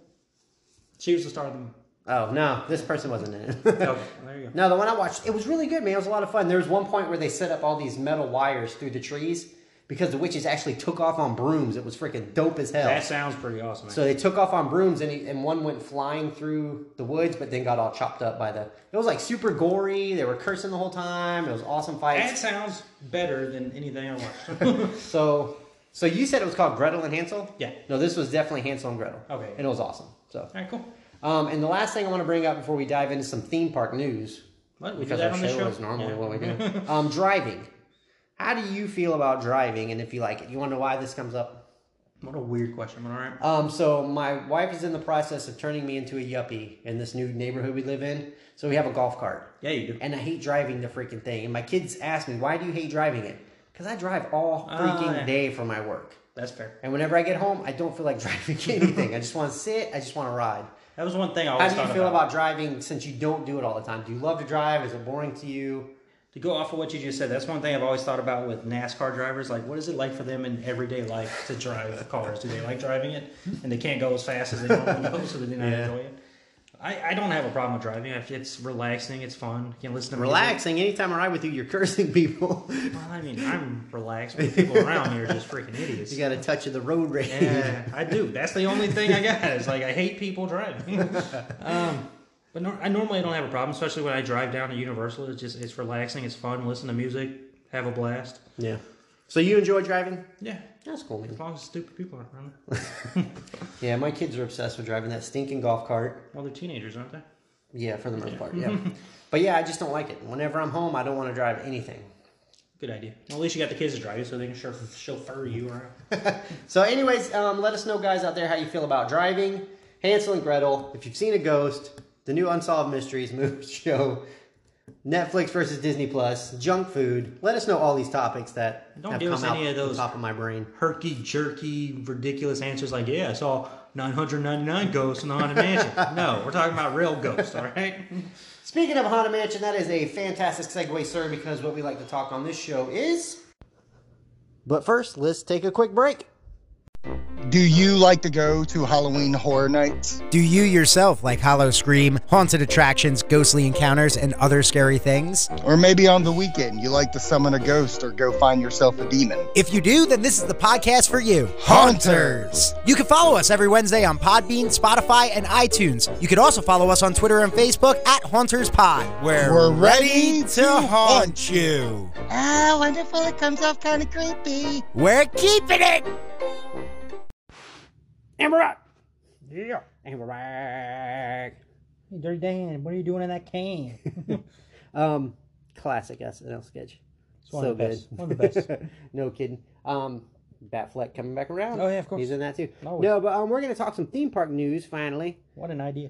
S6: She was the star of the movie.
S2: oh no, this person wasn't in it.
S6: Oh, there you go.
S2: no, the one I watched. It was really good, man. It was a lot of fun. There was one point where they set up all these metal wires through the trees because the witches actually took off on brooms. It was freaking dope as hell.
S6: That sounds pretty awesome.
S2: So
S6: So,
S2: they took off on brooms, and, he, and one went flying through the woods, but then got all chopped up by the. It was like super gory. They were cursing the whole time. It was awesome
S6: that
S2: fights.
S6: sounds better than anything I watched.
S2: So, so you said it was called Gretel and Hansel?
S6: Yeah.
S2: No, this was definitely Hansel and Gretel.
S6: Okay.
S2: And it was awesome. So,
S6: Alright, cool.
S2: um, and the last thing I want to bring up before we dive into some theme park news,
S6: What, we do
S2: because
S6: that
S2: our
S6: on
S2: show,
S6: the show?
S2: is normally
S6: Yeah.
S2: what we do, um, driving. How do you feel about driving, and if you like it? You want to know why this comes up?
S6: What a weird question, but all right.
S2: Um, so my wife is in the process of turning me into a yuppie in this new neighborhood we live in. So we have a golf cart.
S6: Yeah, you do.
S2: and I hate driving the freaking thing. And my kids ask me, why do you hate driving it? Because I drive all freaking
S6: Ah, yeah.
S2: day for my work.
S6: That's fair.
S2: And whenever I get home, I don't feel like driving anything. I just want to sit. I just want to ride.
S6: That was one thing I
S2: How
S6: always
S2: do you
S6: thought
S2: feel about driving since you don't do it all the time? Do you love to drive? Is it boring to you?
S6: To go off of what you just said, that's one thing I've always thought about with NASCAR drivers. Like, what is it like for them in everyday life to drive cars? Do they like driving it? And they can't go as fast as they normally go, so they do not enjoy it. I, I don't have a problem with driving. If It's relaxing. It's fun. You can listen to music.
S2: Relaxing. Anytime I ride with you, you're cursing people.
S6: Well, I mean, I'm relaxed, but people around me are just freaking idiots.
S2: you got a touch of the road rage.
S6: Yeah, I do. That's the only thing I got. Is like I hate people driving. um, but nor I normally don't have a problem, especially when I drive down to Universal. It's just it's relaxing, it's fun. Listen to music, have a blast.
S2: Yeah. So you enjoy driving?
S6: Yeah,
S2: That's cool, man.
S6: as long as stupid people aren't around.
S2: Yeah, my kids are obsessed with driving that stinking golf cart.
S6: Well, they're teenagers, aren't they?
S2: Yeah, for the most part. Yeah. but yeah, I just don't like it. Whenever I'm home, I don't want to drive anything.
S6: Good idea. Well, at least you got the kids to drive you, so they can chauff- chauffeur you around.
S2: So, anyways, um, let us know, guys, out there, how you feel about driving. Hansel and Gretel, if you've seen a ghost, the new Unsolved Mysteries movie show, Netflix versus Disney Plus, junk food. Let us know all these topics that
S6: Don't
S2: have
S6: give
S2: come
S6: us
S2: out
S6: any of
S2: the
S6: those.
S2: top of my brain.
S6: Herky jerky, ridiculous answers like, yeah, I saw 999 ghosts in the Haunted Mansion. No, we're talking about real ghosts, all right?
S2: Speaking of Haunted Mansion, that is a fantastic segue, sir, because what we like to talk on this show is. But first, let's take a quick break.
S7: Do you like to go to Halloween Horror Nights?
S8: Do you yourself like Hollow Scream, haunted attractions, ghostly encounters, and other scary things?
S7: Or maybe on the weekend you like to summon a ghost or go find yourself a demon?
S8: If you do, then this is the podcast for you.
S7: Haunters!
S8: You can follow us every Wednesday on Podbean, Spotify, and iTunes. You can also follow us on Twitter and Facebook at Haunters Pod, where
S7: We're ready to haunt
S8: you.
S7: Ah, wonderful. It comes off kind of creepy.
S8: We're keeping it.
S2: And we're back. Yeah. And we're back.
S6: Hey, Dirty Dan, what are you doing in that can?
S2: Um, classic SNL sketch.
S6: one
S2: so
S6: of the
S2: good.
S6: best. One of the best.
S2: no kidding. Um, Batfleck coming back around.
S6: Oh, yeah, of course.
S2: He's in that too.
S6: Always.
S2: No, but um, we're gonna talk some theme park news finally.
S6: What an idea.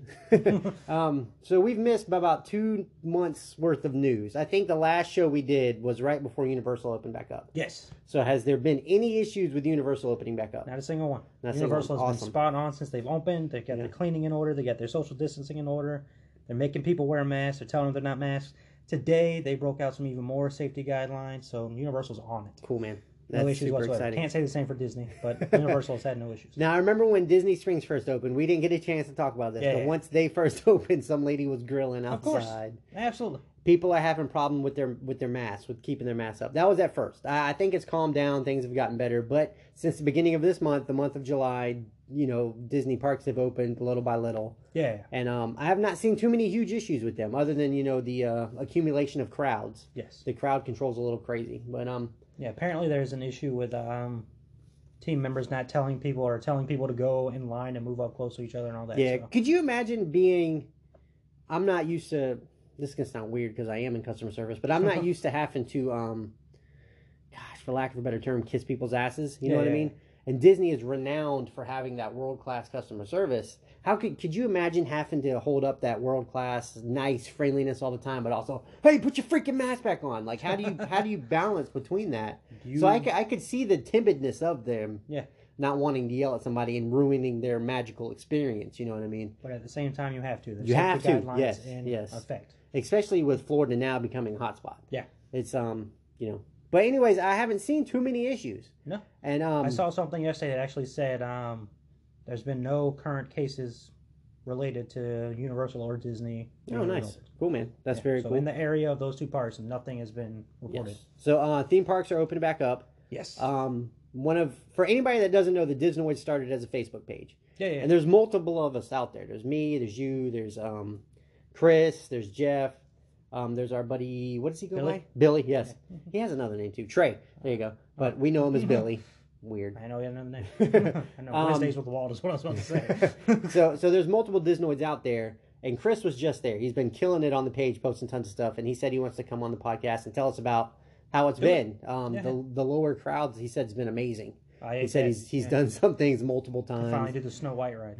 S2: Um, so we've missed by about two months worth of news. I think the last show we did was right before Universal opened back up.
S6: yes,
S2: So has there been any issues with Universal opening back up?
S6: not a single one.
S2: Not a single
S6: Universal
S2: one.
S6: has
S2: Awesome.
S6: been spot on since they've opened. They've got their cleaning in order. They got their social distancing in order. They're making people wear masks. They're telling them they're not masks. Today they broke out some even more safety guidelines. So Universal's on it.
S2: Cool, man. That's
S6: No issues
S2: super
S6: whatsoever.
S2: exciting.
S6: Can't say the same for Disney, but Universal's had no issues.
S2: Now I remember when Disney Springs first opened, we didn't get a chance to talk about this,
S6: Yeah,
S2: but
S6: yeah.
S2: once they first opened, some lady was grilling
S6: Of course,
S2: outside.
S6: absolutely.
S2: People are having problem with their with their masks, with keeping their masks up. That was at first. I, I think it's calmed down. Things have gotten better, but since the beginning of this month, the month of July, you know, Disney parks have opened little by little,
S6: Yeah,
S2: and um, I have not seen too many huge issues with them, other than you know the uh, accumulation of crowds.
S6: yes,
S2: The crowd control's a little crazy, but um,
S6: yeah. Apparently there's an issue with um, team members not telling people or telling people to go in line and move up close to each other and all that.
S2: Yeah,
S6: so.
S2: could you imagine being? I'm not used to. This is gonna sound weird because I am in customer service, but I'm not used to having to, um, gosh, for lack of a better term, kiss people's asses. You know
S6: Yeah,
S2: what I
S6: yeah,
S2: mean? And Disney is renowned for having that world class customer service. How could could you imagine having to hold up that world class, nice friendliness all the time, but also, hey, put your freaking mask back on? Like, how do you how do you balance between that? So I,
S6: You-
S2: c- I could see the timidness of them
S6: yeah.
S2: not wanting to yell at somebody and ruining their magical experience. You know what I mean?
S6: But at the same time, you have to. There's
S2: You have
S6: safety
S2: to,
S6: Guidelines
S2: yes,
S6: in
S2: yes.
S6: Effect.
S2: Especially with Florida now becoming a hotspot.
S6: Yeah.
S2: It's um, you know. But anyways, I haven't seen too many issues.
S6: No.
S2: And um,
S6: I saw something yesterday that actually said um, there's been no current cases related to Universal or Disney.
S2: Oh,
S6: being
S2: nice,
S6: reopened.
S2: cool man. That's
S6: Yeah,
S2: very
S6: so
S2: cool.
S6: In the area of those two parks, nothing has been reported.
S2: yes. So uh, theme parks are open back up.
S6: Yes.
S2: Um, one of for anybody that doesn't know, the Disnoid started as a Facebook page,
S6: yeah, yeah.
S2: and there's multiple of us out there. There's me, there's you, there's um, Chris, there's Jeff. Um, there's our buddy. What does he go
S6: Billy? Mm-hmm.
S2: by? Billy. Yes, he has another name too. Trey. There you go. But we know him as Billy. Weird.
S6: I know you have another name. I know.
S2: Um,
S6: Wednesdays with the Wald is what I was about to say.
S2: so so there's multiple Disnoids out there, and Chris was just there. He's been killing it on the page, posting tons of stuff, and he said he wants to come on the podcast and tell us about how it's been. Um, the the lower crowds, he said, has been amazing.
S6: Oh, I
S2: he
S6: ate
S2: said
S6: that,
S2: he's he's
S6: yeah.
S2: done some things multiple times.
S6: Finally did the Snow White ride.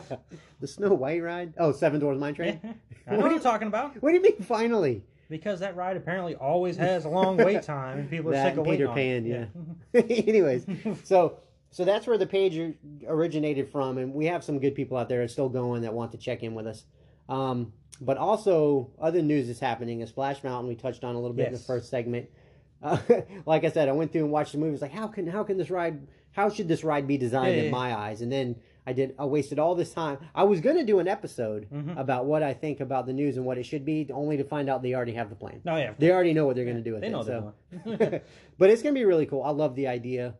S6: Yeah.
S2: the Snow White ride? Oh, Seven Doors Mine Train?
S6: I know what you're talking about
S2: What do you mean finally?
S6: because that ride apparently always has a long wait time and people are
S2: That
S6: sick of
S2: Peter
S6: waiting. on it.
S2: Pan, yeah. Anyways, so so that's where the page or- originated from, and we have some good people out there that's still going that want to check in with us. Um, but also, other news is happening. Is Splash Mountain we touched on a little bit in the
S6: Yes.
S2: first segment. Uh, like I said, I went through and watched the movies. Like, how can how can this ride? How should this ride be designed
S6: Yeah, yeah,
S2: in
S6: yeah.
S2: my eyes? And then I did. I wasted all this time. I was going to do an episode
S6: Mm-hmm.
S2: about what I think about the news and what it should be, only to find out they already have the plan.
S6: Oh yeah.
S2: They already know what they're going to do with
S6: They
S2: it.
S6: know they're
S2: so.
S6: doing.
S2: but it's going to be really cool. I love the idea.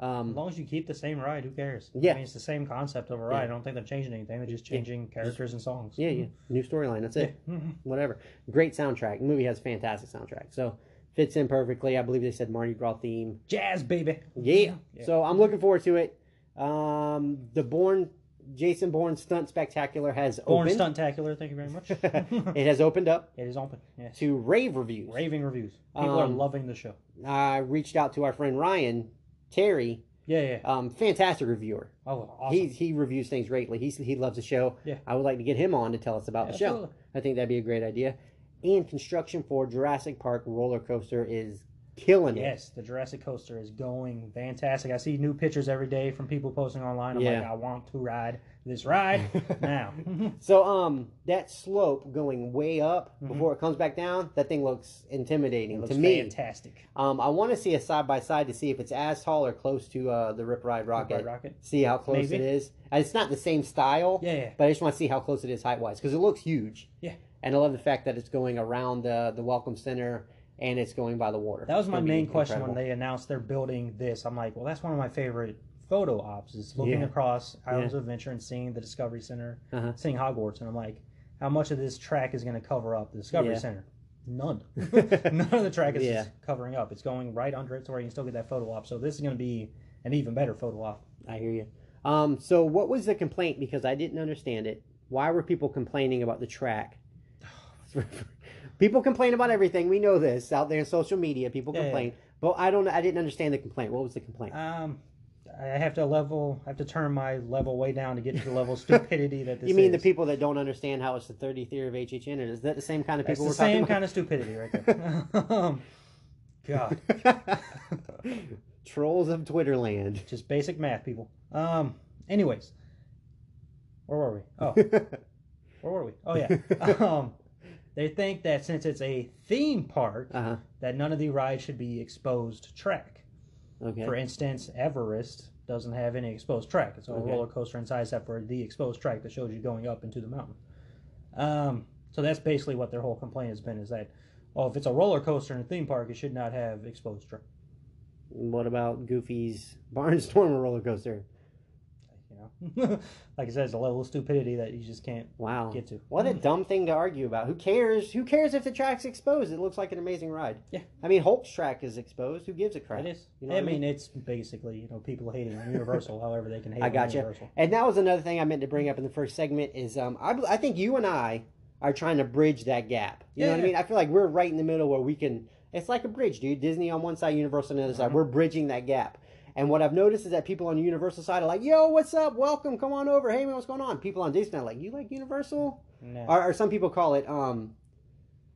S2: Um,
S6: As long as you keep the same ride, who cares?
S2: Yeah.
S6: I mean, it's the same concept of a ride. I don't think they're changing anything. They're just changing characters and songs.
S2: Yeah, yeah.
S6: Mm-hmm.
S2: New storyline. That's it. Whatever. Great soundtrack. The movie has a fantastic soundtrack. So fits in perfectly. I believe they said Mardi Gras theme.
S6: Jazz, baby.
S2: Yeah. So I'm looking forward to it. Um, the Born Jason Bourne Stunt Spectacular has
S6: Born
S2: opened.
S6: stuntacular. Thank you very much. it
S2: it has opened up
S6: is open. Yes.
S2: to rave reviews.
S6: Raving reviews. People are
S2: Um,
S6: loving the show.
S2: I reached out to our friend Ryan Terry.
S6: Yeah, yeah.
S2: Um, fantastic reviewer.
S6: oh, awesome.
S2: He he reviews things greatly. He he loves the show.
S6: Yeah.
S2: I would like to get him on to tell us about
S6: Yeah,
S2: the show.
S6: absolutely.
S2: I think that'd be a great idea. And construction for Jurassic Park roller coaster is killing it.
S6: Yes, the Jurassic coaster is going fantastic. I see new pictures every day from people posting online. I'm like,
S2: Yeah.
S6: I want to ride this ride now.
S2: So um that slope going way up before it comes back down, that thing looks intimidating
S6: Mm-hmm. Looks
S2: to me.
S6: fantastic.
S2: Um I want to see a side by side to see if it's as tall or close to uh the Rip Ride Rocket.
S6: Ride Rocket?
S2: See how close
S6: Maybe.
S2: it is. And it's not the same style.
S6: Yeah, yeah.
S2: But I just want to see how close it is height wise because it looks huge.
S6: Yeah.
S2: And I love the fact that it's going around the, the Welcome Center and it's going by the water.
S6: That was
S2: It's
S6: my
S2: gonna be
S6: main question
S2: incredible.
S6: when they announced they're building this. I'm like, well, that's one of my favorite photo ops is looking across Islands of Adventure and seeing the Discovery Center,
S2: Uh-huh.
S6: seeing Hogwarts, and I'm like, how much of this track is going to cover up the Discovery
S2: Yeah.
S6: Center? None. None of the track is
S2: Yeah.
S6: covering up. It's going right under it to where you can still get that photo op. So this is going to be an even better photo op.
S2: I hear you. Um, so what was the complaint? Because I didn't understand it. Why were people complaining about the track? people complain about everything. We know this out there in social media. People
S6: Yeah, yeah.
S2: complain, but I don't. I didn't understand the complaint. What was the complaint?
S6: Um, I have to level. I have to turn my level way down to get to the level of stupidity that this.
S2: you mean the
S6: is.
S2: people that don't understand how it's the 30th year of HHN? Is that the same kind of
S6: It's
S2: people
S6: the
S2: we're
S6: same
S2: talking
S6: kind of stupidity right there. um, God.
S2: about? Trolls of Twitterland.
S6: just basic math people um anyways where were we oh where
S2: Uh-huh.
S6: were we oh yeah um they think that since it's a theme park
S2: Uh-huh.
S6: that none of the rides should be exposed track
S2: Okay.
S6: for instance everest doesn't have any exposed track it's a
S2: Okay.
S6: roller coaster inside except for the exposed track that shows you going up into the mountain um so that's basically what their whole complaint has been is that oh if it's a roller coaster in a theme park it should not have exposed track
S2: What about Goofy's Barnstormer roller coaster?
S6: you know like i said it's a level of stupidity that you just can't
S2: Wow.
S6: Get to. Mm.
S2: What a dumb thing to argue about. Who cares? Who cares if the track's exposed? It looks like an amazing ride.
S6: Yeah.
S2: I mean, Hulk's track is exposed. Who gives a crap?
S6: It is.
S2: You know
S6: I
S2: what
S6: mean, it's basically you know people hating on Universal, however they can hate.
S2: I
S6: on
S2: gotcha.
S6: Universal.
S2: And that was another thing I meant to bring up in the first segment is um, I, bel- I think you and I are trying to bridge that gap. You know
S6: Yeah,
S2: what I
S6: yeah.
S2: mean? I feel like we're right in the middle where we can. It's like a bridge, dude. Disney on one side, Universal on the other
S6: Uh-huh.
S2: side. We're bridging that gap. And what I've noticed is that people on the Universal side are like, "Yo, what's up? Welcome, come on over. Hey, man, what's going on?" People on Disney are like, "You like Universal?"
S6: Nah.
S2: or, or some people call it um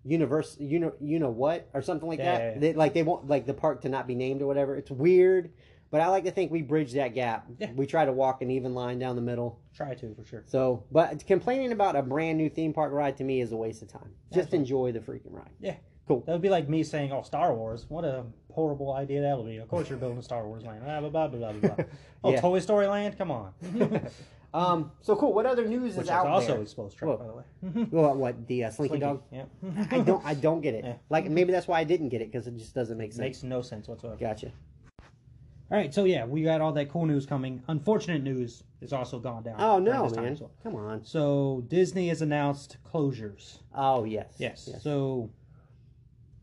S2: universe you know you know what or something like
S6: Yeah,
S2: that
S6: yeah, yeah.
S2: They, like they want like the park to not be named or whatever it's weird but i like to think we bridge that gap
S6: Yeah.
S2: we try to walk an even line down the middle
S6: Try to for sure.
S2: so but complaining about a brand new theme park ride to me is a waste of time just enjoy the freaking ride
S6: Yeah.
S2: Cool.
S6: That would be like me saying, "Oh, Star Wars! What a horrible idea that'll be." Of course, you're building Star Wars land. Ah, Blah blah blah blah blah. blah. Oh,
S2: Yeah.
S6: Toy Story land! Come on.
S2: um so cool what other news is
S6: Which is
S2: out
S6: also
S2: there
S6: exposed track,
S2: Whoa.
S6: by the way.
S2: well, what the uh, slinky,
S6: Slinky.
S2: dog
S6: Yeah.
S2: i don't i don't get it like maybe that's why i didn't get it because it just doesn't make sense
S6: Makes no sense whatsoever.
S2: gotcha
S6: All right, so yeah, we got all that cool news coming. Unfortunate news is also gone down.
S2: oh
S6: during
S2: no
S6: this time
S2: man
S6: as well.
S2: come on
S6: So Disney has announced closures.
S2: oh yes
S6: Yes. So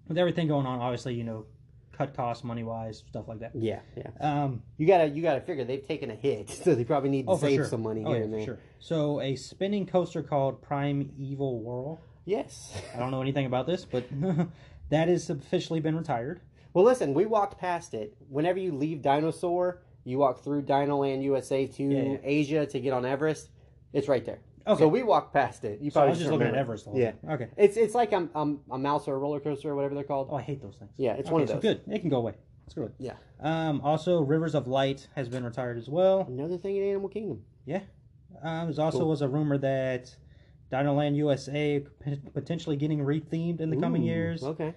S6: with everything going on, obviously, you know, cut costs money wise, stuff like that.
S2: yeah yeah
S6: Um,
S2: You gotta you gotta figure they've taken a hit, so they probably need to
S6: oh, for
S2: save
S6: sure.
S2: some money
S6: oh,
S2: here
S6: yeah,
S2: and
S6: for
S2: there.
S6: sure. So a spinning coaster called Prime Evil Whirl.
S2: Yes.
S6: I don't know anything about this, but that has officially been retired.
S2: Well, listen, we walked past it. Whenever you leave Dinosaur, you walk through Dinoland USA to
S6: Yeah, yeah.
S2: Asia to get on Everest. It's right there.
S6: Okay.
S2: So we walked past it. You
S6: So I
S2: probably
S6: was just
S2: don't
S6: looking at
S2: remember.
S6: Everest. the whole
S2: Yeah.
S6: time. Okay.
S2: It's it's like a, a, a mouse or a roller coaster or whatever they're called.
S6: Oh, I hate those things.
S2: Yeah, it's
S6: okay,
S2: one of
S6: so
S2: those.
S6: good. It can go away. It's good.
S2: Yeah.
S6: Um, also, Rivers of Light has been retired as well.
S2: Another thing in Animal Kingdom.
S6: Yeah. Um, there's also
S2: Cool.
S6: was a rumor that Dinoland USA p- potentially getting rethemed in the coming
S2: Ooh,
S6: years.
S2: Okay.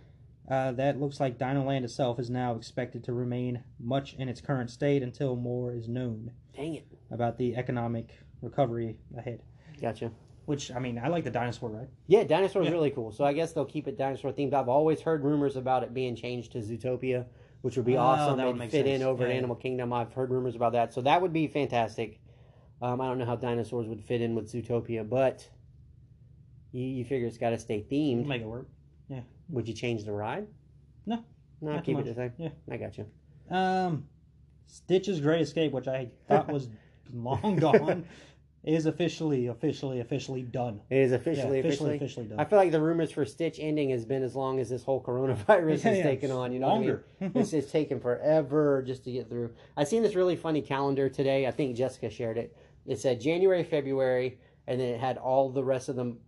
S6: Uh, that looks like Dinoland itself is now expected to remain much in its current state until more is known
S2: Dang it.
S6: about the economic recovery ahead.
S2: Gotcha.
S6: Which I mean, I like the dinosaur ride.
S2: Yeah, dinosaur is
S6: Yeah.
S2: really cool. So I guess they'll keep it dinosaur themed. I've always heard rumors about it being changed to Zootopia, which would be
S6: Oh,
S2: awesome
S6: that would
S2: and
S6: make
S2: fit
S6: sense.
S2: in over
S6: Yeah,
S2: at
S6: yeah.
S2: Animal Kingdom. I've heard rumors about that, so that would be fantastic. Um, I don't know how dinosaurs would fit in with Zootopia, but you, you figure it's got to stay themed.
S6: Make it work.
S2: Would you change the ride?
S6: No,
S2: no,
S6: not too
S2: keep it
S6: much.
S2: the same.
S6: Yeah.
S2: I got you.
S6: Um, Stitch's Great Escape, which I thought was long gone, is officially, officially, officially done.
S2: It is officially,
S6: yeah,
S2: officially,
S6: officially, officially done.
S2: I feel like the rumors for Stitch ending has been as long as this whole coronavirus
S6: Yeah,
S2: is
S6: yeah,
S2: taken on. You know, what I mean?
S6: longer.
S2: this is taking forever just to get through. I seen this really funny calendar today. I think Jessica shared it. It said January, February, and then it had all the rest of the m-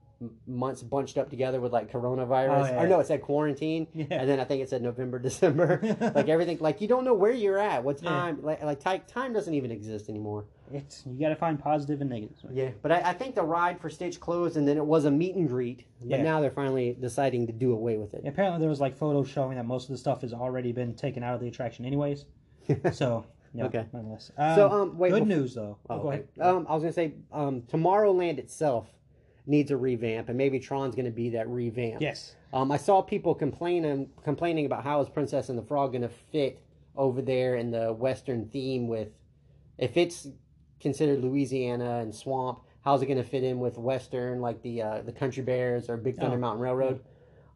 S2: months bunched up together with like coronavirus.
S6: Oh, yeah,
S2: Or
S6: yeah.
S2: no, it said quarantine,
S6: Yeah.
S2: and then I think it said November, December. like everything, like you don't know where you're at, what
S6: Yeah.
S2: time. Like like time, time doesn't even exist anymore.
S6: it's you got to find positive and negatives. man.
S2: Yeah, but I, I think the ride for Stitch closed, and then it was a meet and greet. But
S6: Yeah.
S2: now they're finally deciding to do away with it.
S6: Apparently, there was like photos showing that most of the stuff has already been taken out of the attraction, anyways. So, yeah,
S2: Okay.
S6: Nonetheless.
S2: So, um, wait,
S6: good
S2: bef-
S6: news though. Oh, go ahead.
S2: Um, I was gonna say, um, Tomorrowland itself needs a revamp, and maybe Tron's gonna be that revamp.
S6: yes.
S2: Um, I saw people complaining complaining about how is Princess and the Frog gonna fit over there in the Western theme with, if it's considered Louisiana and swamp, how's it gonna fit in with Western like the uh, the Country Bears or Big Thunder
S6: Oh,
S2: Mountain Railroad?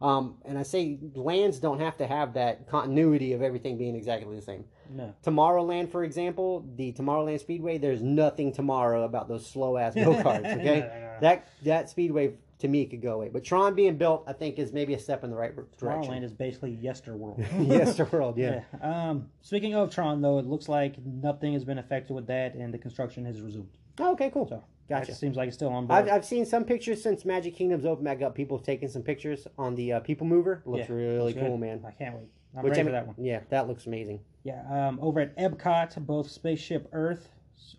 S2: Um, and I say lands don't have to have that continuity of everything being exactly the same.
S6: No.
S2: Tomorrowland, for example, the Tomorrowland Speedway, there's nothing tomorrow about those slow ass go karts. Okay,
S6: No, no, no.
S2: that that Speedway to me could go away. But Tron being built, I think, is maybe a step in the right r-
S6: Tomorrowland
S2: direction.
S6: is basically yesterworld.
S2: yes, the world. Yeah.
S6: Yeah. Um, speaking of Tron, though, it looks like nothing has been affected with that, and the construction has resumed.
S2: Oh, okay, cool.
S6: So,
S2: Gotcha.
S6: It seems like it's still on board.
S2: I've, I've seen some pictures since Magic Kingdom's opened back up. People have taken some pictures on the uh, People Mover. Looks
S6: Yeah,
S2: really
S6: It's good.
S2: cool, man.
S6: I can't wait. I'm
S2: Which
S6: ready
S2: I
S6: for
S2: mean-
S6: that one.
S2: Yeah, that looks amazing.
S6: Yeah. Um, over at Epcot, both Spaceship Earth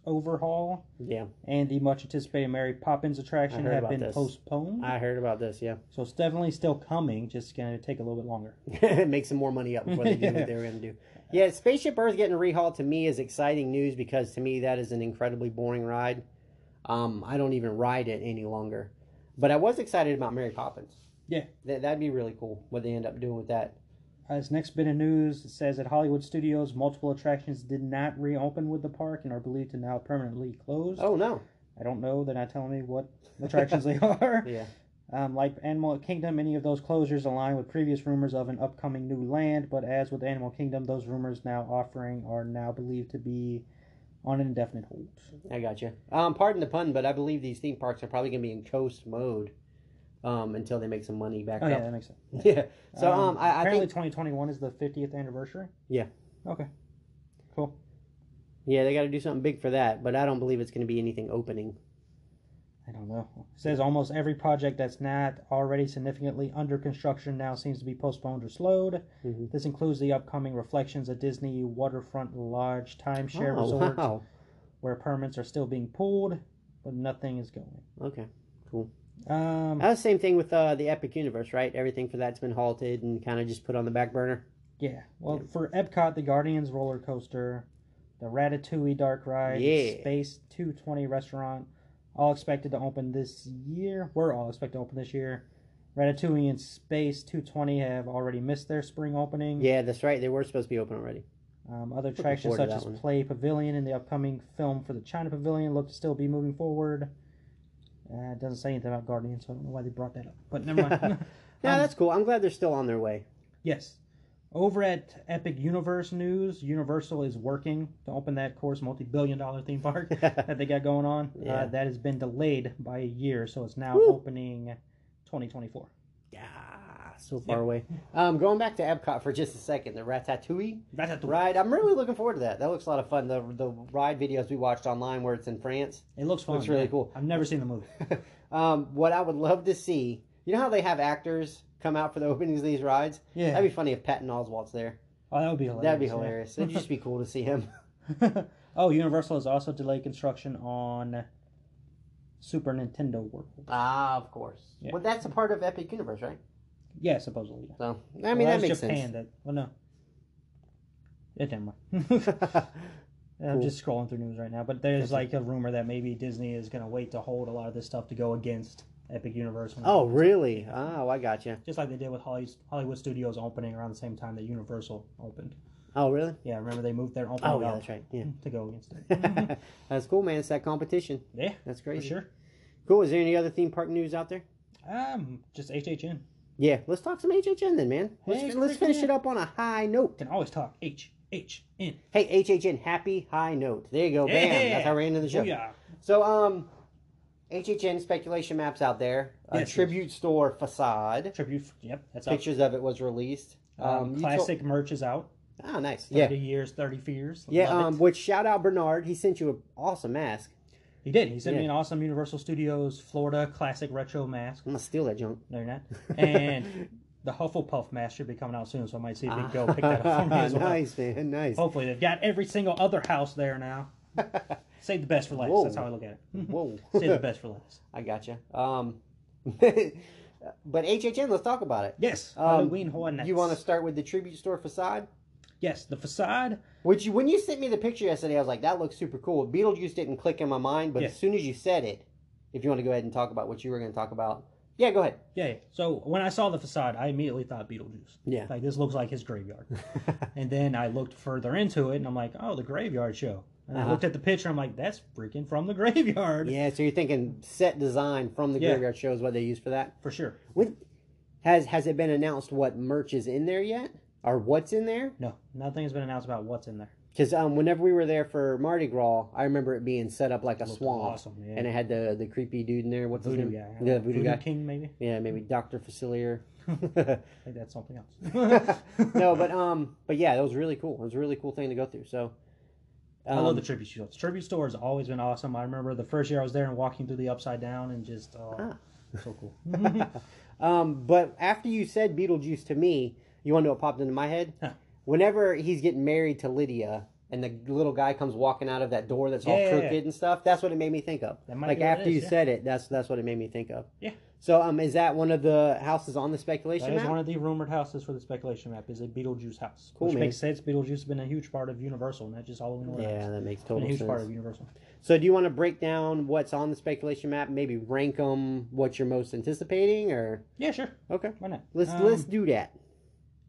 S6: overhaul
S2: Yeah,
S6: and the much anticipated Mary Poppins attraction
S2: heard
S6: have
S2: about
S6: been
S2: this.
S6: postponed.
S2: I heard about this. Yeah,
S6: So it's definitely still coming, just gonna take a little bit longer.
S2: make some more money up before they do what they were going to do. Yeah, Spaceship Earth getting rehauled to me is exciting news because to me that is an incredibly boring ride. Um, I don't even ride it any longer. But I was excited about Mary Poppins.
S6: Yeah.
S2: That, that'd be really cool what they end up doing with that.
S6: Uh, this next bit of news it says at Hollywood Studios, multiple attractions did not reopen with the park and are believed to now permanently close.
S2: Oh no,
S6: I don't know. They're not telling me what attractions they are.
S2: yeah,
S6: Um, like Animal Kingdom, any of those closures align with previous rumors of an upcoming new land, but as with Animal Kingdom, those rumors now offering are now believed to be on an indefinite hold.
S2: I got you. Um, pardon the pun, but I believe these theme parks are probably going to be in coast mode um, until they make some money back
S6: Oh yeah,
S2: up.
S6: that makes sense.
S2: Yeah. So um, I, I
S6: apparently
S2: think
S6: 2021 is the 50th anniversary.
S2: Yeah.
S6: Okay. Cool.
S2: yeah they got to do something big for that, but I don't believe it's going to be anything opening.
S6: I don't know. It says almost every project that's not already significantly under construction now seems to be postponed or slowed.
S2: Mhm.
S6: This includes the upcoming Reflections at Disney Waterfront Lodge timeshare
S2: oh
S6: resort,
S2: wow.
S6: where permits are still being pulled, but nothing is going.
S2: Okay, cool.
S6: Um,
S2: That's the same thing with uh, the Epic Universe, right? Everything for that's been halted and kind of just put on the back burner.
S6: yeah. Well, for Epcot, the Guardians roller coaster, the Ratatouille dark ride, the
S2: Yeah.
S6: Space 220 restaurant, all expected to open this year. We're all expected to open this year. Ratatouille and Space 220 have already missed their spring opening.
S2: Yeah, that's right. They were supposed to be open already.
S6: Um, other attractions
S2: forward
S6: such
S2: to
S6: as
S2: that one.
S6: Play Pavilion and the upcoming film for the China Pavilion look to still be moving forward. Uh, it doesn't say anything about Guardians, so I don't know why they brought that up. But never mind.
S2: Yeah,
S6: Um,
S2: that's cool. I'm glad they're still on their way.
S6: Yes. Over at Epic Universe News, Universal is working to open that course multi billion dollar theme park that they got going on.
S2: Yeah.
S6: Uh, that has been delayed by a year, so it's now opening 2024.
S2: Yeah, so far
S6: Yep.
S2: away. Um, going back to Epcot for just a second, the Ratatouille
S6: Ratatouille.
S2: ride. I'm really looking forward to that. That looks a lot of fun. The the ride videos we watched online where it's in France.
S6: It looks fun.
S2: Looks really
S6: yeah.
S2: cool.
S6: I've never seen the movie.
S2: Um, what I would love to see, you know how they have actors come out for the openings of these rides?
S6: Yeah.
S2: That'd be funny if Patton Oswalt's there.
S6: Oh, that would be hilarious.
S2: That'd be
S6: yeah.
S2: hilarious. It'd just be cool to see him.
S6: oh, Universal has also delayed construction on Super Nintendo World.
S2: Ah, of course.
S6: Yeah.
S2: Well, that's a part of Epic Universe, right?
S6: Yeah, supposedly. Yeah.
S2: So, I mean,
S6: well,
S2: that makes
S6: was Japan
S2: sense.
S6: That, well, no. It never mind. I'm
S2: Cool.
S6: just scrolling through news right now, but there's like a rumor that maybe Disney is going to wait to hold a lot of this stuff to go against Epic Universe. when-
S2: oh, really? Oh, I got you.
S6: Just like they did with Holly's, Hollywood Studios opening around the same time that Universal opened.
S2: Oh, really?
S6: Yeah, remember they moved their opening
S2: Oh, yeah,
S6: up
S2: that's right. Yeah.
S6: to go against it.
S2: that's cool, man. It's that competition.
S6: yeah,
S2: That's
S6: for
S2: crazy.
S6: sure.
S2: Cool. Is there any other theme park news out there?
S6: Um, just HHN.
S2: Yeah, let's talk some HHN then, man. Let's,
S6: Hey,
S2: let's
S6: freaking
S2: finish
S6: yeah.
S2: it up on a high note.
S6: Can always talk H H N.
S2: Hey, HHN, happy high note. There you go, bam. That's how we're into the show.
S6: Oh, Yeah.
S2: So, um, HHN speculation maps out there. A
S6: Yes, yes.
S2: tribute store facade.
S6: Tribute. Yep, that's up.
S2: Pictures of it was released.
S6: Um,
S2: you
S6: classic merch is out.
S2: told- oh, nice. Yeah.
S6: Thirty years, thirty fears.
S2: Yeah,
S6: Love
S2: um,
S6: it.
S2: which shout out Bernard. He sent you an awesome mask.
S6: he did. He sent me
S2: yeah.
S6: an awesome Universal Studios Florida classic retro mask.
S2: I'm gonna steal that junk.
S6: No, you're not. And the Hufflepuff mask should be coming out soon, so I might see if we can go pick that up for me as well. Oh,
S2: nice, man. Nice.
S6: Hopefully, they've got every single other house there now. Save the best for last. That's
S2: Whoa.
S6: how I look at it.
S2: Whoa.
S6: Save the best for last.
S2: I gotcha. Um, but HHN, let's talk about it.
S6: Yes,
S2: Um,
S6: Halloween Horror Nights.
S2: You want to start with the tribute store facade?
S6: Yes, the facade.
S2: Which you, when you sent me the picture yesterday, I was like, that looks super cool. Beetlejuice didn't click in my mind, but
S6: Yeah.
S2: as soon as you said it, if you want to go ahead and talk about what you were going to talk about, yeah, go ahead.
S6: Yeah, yeah. So when I saw the facade, I immediately thought Beetlejuice.
S2: Yeah.
S6: Like this looks like his graveyard. and then I looked further into it, and I'm like, oh, the graveyard show. And I
S2: Uh-huh.
S6: looked at the picture. I'm like, that's freaking from the graveyard.
S2: Yeah, so you're thinking set design from the
S6: Yeah.
S2: graveyard show is what they use for that.
S6: For sure.
S2: With has has it been announced what merch is in there yet, or what's in there?
S6: No, nothing's been announced about what's in there.
S2: Because um, whenever we were there for Mardi Gras, I remember it being set up like a
S6: Looked
S2: swamp,
S6: awesome, yeah.
S2: and it had the the creepy dude in there. What's his
S6: Voodoo
S2: name?
S6: guy.
S2: Yeah, the voodoo, guy.
S6: King, maybe.
S2: Yeah, maybe
S6: Mm.
S2: Doctor Facilier.
S6: I think that's something else.
S2: no, but um, but yeah, that was really cool. It was a really cool thing to go through. So, um,
S6: I love the tribute store. The tribute store has always been awesome. I remember the first year I was there and walking through the upside down and just, oh, so cool.
S2: Um, but after you said Beetlejuice to me, you want to know what popped into my head?
S6: Huh.
S2: Whenever he's getting married to Lydia and the little guy comes walking out of that door that's all
S6: Yeah.
S2: crooked and stuff, that's what it made me think of.
S6: That might
S2: like
S6: be what it
S2: after you
S6: is, yeah.
S2: said it, that's that's what it made me think of.
S6: Yeah.
S2: So um, is that one of the houses on the speculation
S6: That is
S2: map?
S6: one of the rumored houses for the speculation map. Is a Beetlejuice house,
S2: Cool,
S6: which
S2: man.
S6: makes sense. Beetlejuice has been a huge part of Universal, not just Halloween. Horror
S2: yeah,
S6: Nights.
S2: that makes
S6: been a
S2: total
S6: huge part of
S2: sense.
S6: Universal.
S2: So do you want to break down what's on the speculation map? Maybe rank them, what you're most anticipating, or
S6: Yeah, sure.
S2: okay,
S6: Why not?
S2: let's
S6: Um,
S2: let's do that.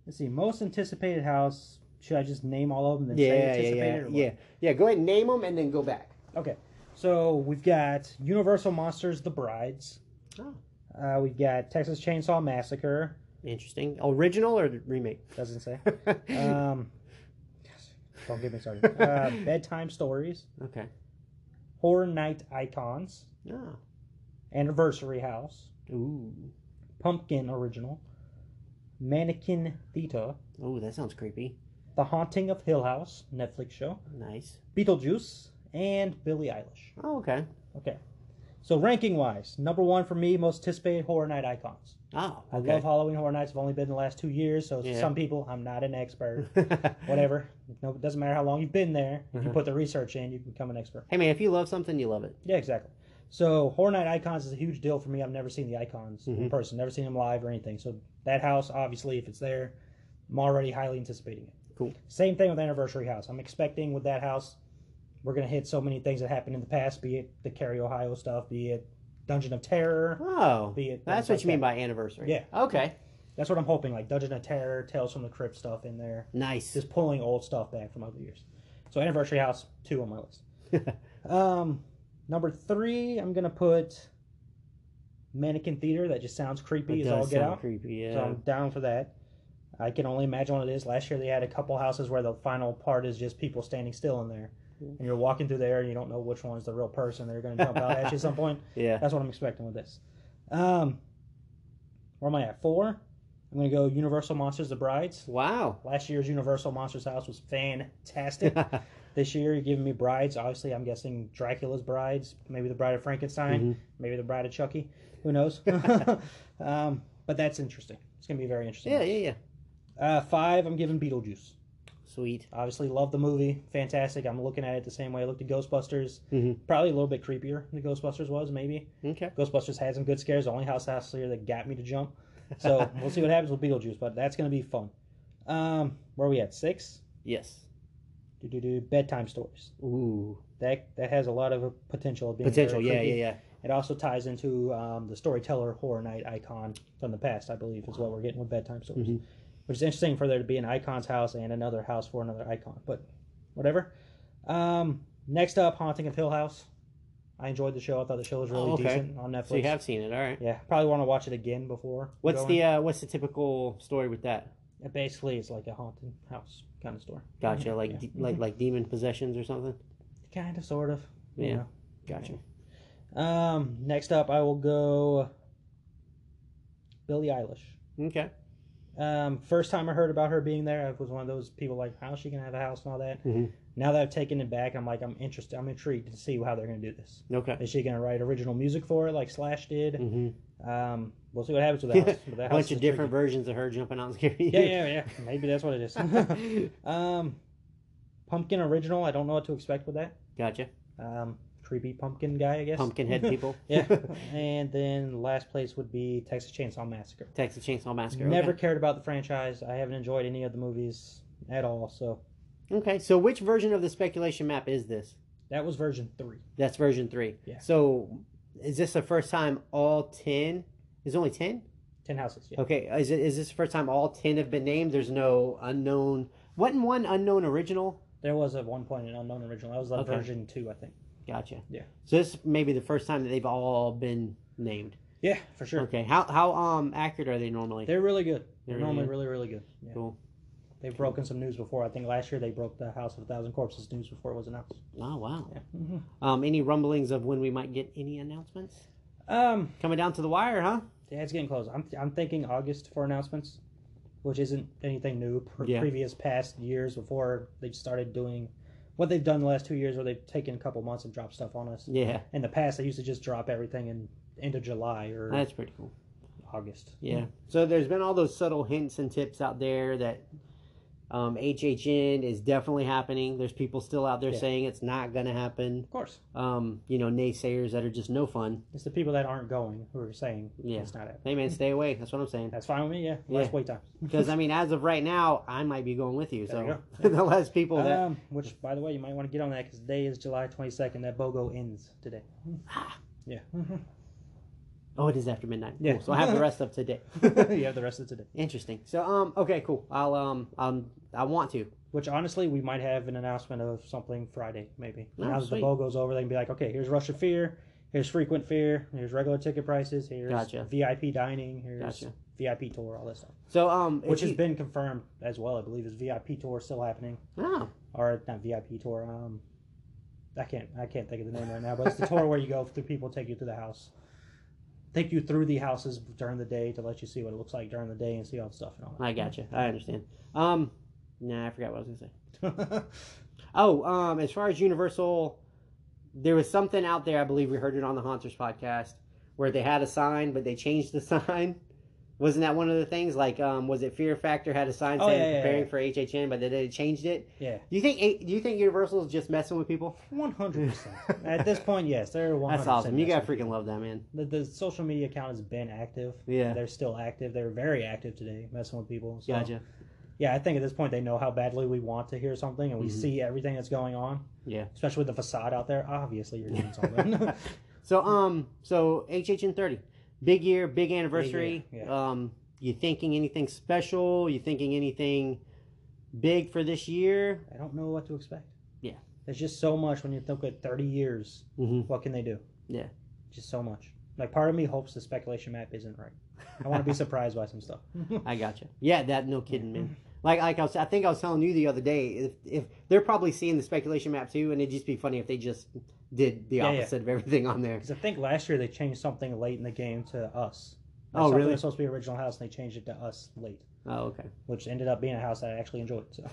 S6: let's see. Most anticipated house. Should I just name all of them? Then say
S2: Yeah, yeah,
S6: anticipated
S2: yeah,
S6: or what?
S2: yeah, yeah. Go ahead and name them and then go back.
S6: Okay, so we've got Universal Monsters: The Brides.
S2: Oh.
S6: Uh, we've got Texas Chainsaw Massacre.
S2: Interesting. Original or remake? Uh,
S6: Doesn't say. um, don't get me started. Uh, bedtime stories.
S2: Okay.
S6: Horror Night icons.
S2: Oh.
S6: Anniversary house.
S2: Ooh.
S6: Pumpkin Original, Mannequin Theta,
S2: Ooh, that sounds creepy.
S6: The Haunting of Hill House, Netflix show,
S2: Nice.
S6: Beetlejuice, and Billie Eilish.
S2: Oh, okay.
S6: Okay. So ranking wise, number one for me, most anticipated horror night icons.
S2: Oh,
S6: I love Halloween horror nights. I've only been in the last two years, so
S2: Yeah.
S6: some people, I'm not an expert.
S2: love.
S6: Whatever. No, it doesn't matter how long you've been there. If
S2: Mm-hmm.
S6: you put the research in, you can become an expert.
S2: hey, man, if you love something, you love it.
S6: Yeah, exactly. So Horror Night Icons is a huge deal for me. I've never seen the icons
S2: Mm-hmm.
S6: in person, never seen them live or anything. So that house, obviously, if it's there, I'm already highly anticipating it.
S2: Cool.
S6: Same thing with Anniversary House. I'm expecting with that house, we're gonna hit so many things that happened in the past, be it the Cary Ohio stuff, be it Dungeon of Terror.
S2: Oh,
S6: Be it
S2: that's
S6: things
S2: what
S6: like
S2: you mean
S6: that.
S2: by anniversary.
S6: Yeah.
S2: Okay.
S6: That's what I'm hoping, like Dungeon of Terror, Tales from the Crypt stuff in there.
S2: Nice.
S6: Just pulling old stuff back from other years. So Anniversary House, two on my list. um, number three, I'm gonna put Mannequin Theater. That just sounds creepy
S2: It
S6: as all
S2: does
S6: get
S2: sound
S6: out.
S2: creepy. Yeah.
S6: So I'm down for that. I can only imagine what it is. Last year they had a couple houses where the final part is just people standing still in there, and you're walking through there and you don't know which one's the real person. They're gonna jump out at you at some point.
S2: yeah.
S6: That's what I'm expecting with this. Um, where am I at? Four. I'm gonna go Universal Monsters: The Brides.
S2: Wow.
S6: Last year's Universal Monsters House was fantastic. this year, you're giving me brides. Obviously, I'm guessing Dracula's brides, maybe the Bride of Frankenstein, maybe the Bride of Chucky. Who knows? um, but that's interesting. It's gonna be very interesting.
S2: Yeah, yeah, yeah.
S6: Uh, five, I'm giving Beetlejuice.
S2: Sweet.
S6: Obviously, love the movie. Fantastic. I'm looking at it the same way I looked at Ghostbusters.
S2: Mhm.
S6: Probably a little bit creepier than Ghostbusters was, maybe.
S2: Okay.
S6: Ghostbusters had some good scares. The only house last year that got me to jump. So we'll see what happens with Beetlejuice, but that's going to be fun. Um, where are we at? Six?
S2: Yes.
S6: Do do do bedtime stories.
S2: Ooh.
S6: That that has a lot of potential. Of being
S2: Potential.
S6: very
S2: Yeah,
S6: creepy.
S2: yeah, yeah.
S6: It also ties into um, the storyteller horror night icon from the past, I believe, is what we're getting with bedtime stories,
S2: Mm-hmm.
S6: which is interesting for there to be an icon's house and another house for another icon. But whatever. Um, next up, Haunting of Hill House. I enjoyed the show. I thought the show was really
S2: Oh, okay.
S6: decent on Netflix.
S2: So you have seen it, all right.
S6: Yeah, probably want to watch it again before.
S2: What's
S6: going.
S2: the uh, what's the typical story with that?
S6: It basically, it's like a haunted house kind of story.
S2: Gotcha. Like
S6: yeah.
S2: de- like like demon possessions or something.
S6: Kind of, sort of. you
S2: Yeah.
S6: know.
S2: Gotcha.
S6: Um, next up, I will go Billie Eilish.
S2: Okay.
S6: Um, first time I heard about her being there, I was one of those people like, how's she gonna have a house and all that.
S2: Mhm.
S6: Now that I've taken it back, I'm like, I'm interested. I'm intrigued to see how they're gonna do this.
S2: Okay.
S6: Is she gonna write original music for it like Slash did?
S2: hmm
S6: Um, we'll see what happens
S2: A
S6: with that. house, but that house
S2: bunch
S6: is
S2: of different
S6: intriguing.
S2: versions of her jumping out and scaring
S6: Yeah, yeah, yeah. Maybe that's what it is. um, pumpkin original. I don't know what to expect with that.
S2: gotcha.
S6: Um, creepy pumpkin guy, I guess.
S2: Pumpkin head people.
S6: yeah. And then last place would be Texas Chainsaw Massacre.
S2: Texas Chainsaw Massacre. okay.
S6: Never cared about the franchise. I haven't enjoyed any of the movies at all. So
S2: Okay. So which version of the speculation map is this?
S6: that was version three.
S2: That's version three.
S6: Yeah.
S2: So is this the first time all ten? There's only ten.
S6: Ten houses. Yeah.
S2: Okay. Is it is this the first time all ten have been named? There's no unknown. Wasn't one unknown original?
S6: There was at one point an unknown original. That was like
S2: Okay.
S6: version two, I think.
S2: Gotcha.
S6: Yeah.
S2: So this may be the first time that they've all been named.
S6: Yeah, for sure.
S2: Okay. How how um accurate are they normally?
S6: They're really good.
S2: They're
S6: They're,
S2: really
S6: normally
S2: good.
S6: really, really good. Yeah.
S2: cool.
S6: They've broken some news before. I think last year they broke the House of a Thousand Corpses news before it was announced.
S2: Oh wow.
S6: Yeah. Mhm.
S2: Um, any rumblings of when we might get any announcements
S6: Um,
S2: coming down to the wire, huh?
S6: yeah, it's getting close. I'm I'm thinking August for announcements, which isn't anything new. Pre-
S2: Yeah.
S6: Previous past years before they've started doing what they've done the last two years, where they've taken a couple months and dropped stuff on us.
S2: Yeah,
S6: In the past, they used to just drop everything in end of July or
S2: that's pretty cool.
S6: August.
S2: Yeah. So there's been all those subtle hints and tips out there that um, HHN is definitely happening. There's people still out there
S6: Yeah.
S2: saying it's not going to happen.
S6: Of course.
S2: Um, you know, naysayers that are just no fun.
S6: It's the people that aren't going who are saying
S2: Yeah.
S6: it's not happening.
S2: Hey man, stay away. That's what I'm saying.
S6: That's fine with me. Yeah, less
S2: Yeah.
S6: wait time.
S2: Because I mean, as of right now, I might be going with you. So
S6: There
S2: the less people that
S6: Um, which, by the way, you might want to get on that because today is July 22nd. That BOGO ends today.
S2: Ah.
S6: yeah.
S2: oh, it is after midnight.
S6: Yeah.
S2: Cool. So I have the rest of today.
S6: you have the rest of today.
S2: Interesting. So um, okay, cool. I'll um, um, I want to.
S6: Which, honestly, we might have an announcement of something Friday, maybe.
S2: Oh,
S6: now that
S2: sweet.
S6: the BOGO's over, they can be like, okay, here's Rush of Fear, here's Frequent Fear, here's regular ticket prices, here's
S2: Gotcha.
S6: VIP dining, here's
S2: Gotcha.
S6: VIP tour, all that stuff.
S2: So um, if
S6: Which has
S2: you-
S6: been confirmed as well, I believe, is VIP tour still happening.
S2: oh,
S6: or not VIP tour. Um, I can't I can't think of the name right now, but it's the tour where you go through people take you through the house, take you through the houses during the day to let you see what it looks like during the day and see all the stuff and all
S2: I gotcha. I understand. Um, nah, I forgot what I was gonna say.
S6: that.
S2: Oh, um, as far as Universal, there was something out there. I believe we heard it on the Haunters podcast where they had a sign, but they changed the sign. Wasn't that one of the things? Like, um, was it Fear Factor had a sign
S6: Oh,
S2: saying
S6: yeah, yeah, yeah.
S2: preparing for HHN, but then they changed it?
S6: yeah,
S2: Do you think? Do you think Universal is just messing with people?
S6: one hundred percent. At this point, yes, they're one hundred.
S2: That's awesome. You gotta freaking love that, man.
S6: The, the social media account has been active.
S2: Yeah.
S6: they're still active. They're very active today, messing with people. So,
S2: Gotcha.
S6: Yeah, I think at this point they know how badly we want to hear something, and we
S2: Mm-hmm.
S6: see everything that's going on,
S2: Yeah.
S6: especially with the facade out there. Obviously, you're doing something.
S2: So um, so HHN thirty, big year, big anniversary.
S6: Big year, yeah.
S2: Um, you thinking anything special? You thinking anything big for this year?
S6: I don't know what to expect.
S2: Yeah.
S6: There's just so much when you think of 30 years,
S2: Mm-hmm.
S6: what can they do?
S2: Yeah.
S6: Just so much. Like, part of me hopes the speculation map isn't right. I want to be surprised by some stuff.
S2: I gotcha. Yeah, that no kidding, man. Like like I was, I think I was telling you the other day, if if they're probably seeing the speculation map too, and it'd just be funny if they just did the
S6: Yeah, yeah.
S2: opposite of everything on there.
S6: Because I think last year they changed something late in the game to us. Like,
S2: Oh,
S6: something
S2: really?
S6: was supposed to be original house, and they changed it to us late,
S2: Oh, okay.
S6: which ended up being a house that I actually enjoyed. So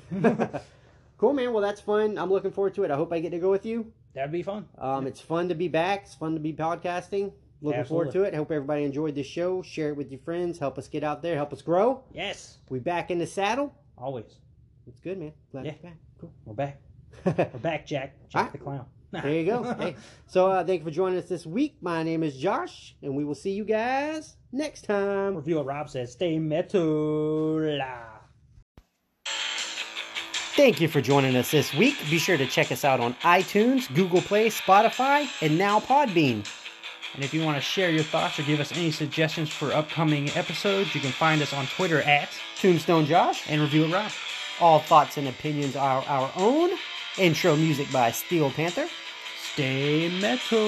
S2: Cool, man. Well, that's fun. I'm looking forward to it. I hope I get to go with you.
S6: that'd be fun.
S2: Um, it's fun to be back. It's fun to be podcasting. Looking forward
S6: Absolutely.
S2: to it. I hope everybody enjoyed this show. Share it with your friends. Help us get out there. Help us grow.
S6: Yes,
S2: We back in the saddle.
S6: always.
S2: It's good, man. Glad
S6: Yeah.
S2: to be back.
S6: We're back.
S2: Cool.
S6: We're back, Jack. Jack the clown.
S2: Ah, there you go. Hey. So uh, thank you for joining us this week. My name is Josh, and we will see you guys next time.
S6: Reviewer Rob says, "Stay metal."
S2: Thank you for joining us this week. Be sure to check us out on iTunes, Google Play, Spotify, and now Podbean.
S6: And if you want to share your thoughts or give us any suggestions for upcoming episodes, you can find us on Twitter at
S2: Tombstone Josh.
S6: and Review It Rob.
S2: All thoughts and opinions are our own. Intro music by Steel Panther.
S6: Stay metal.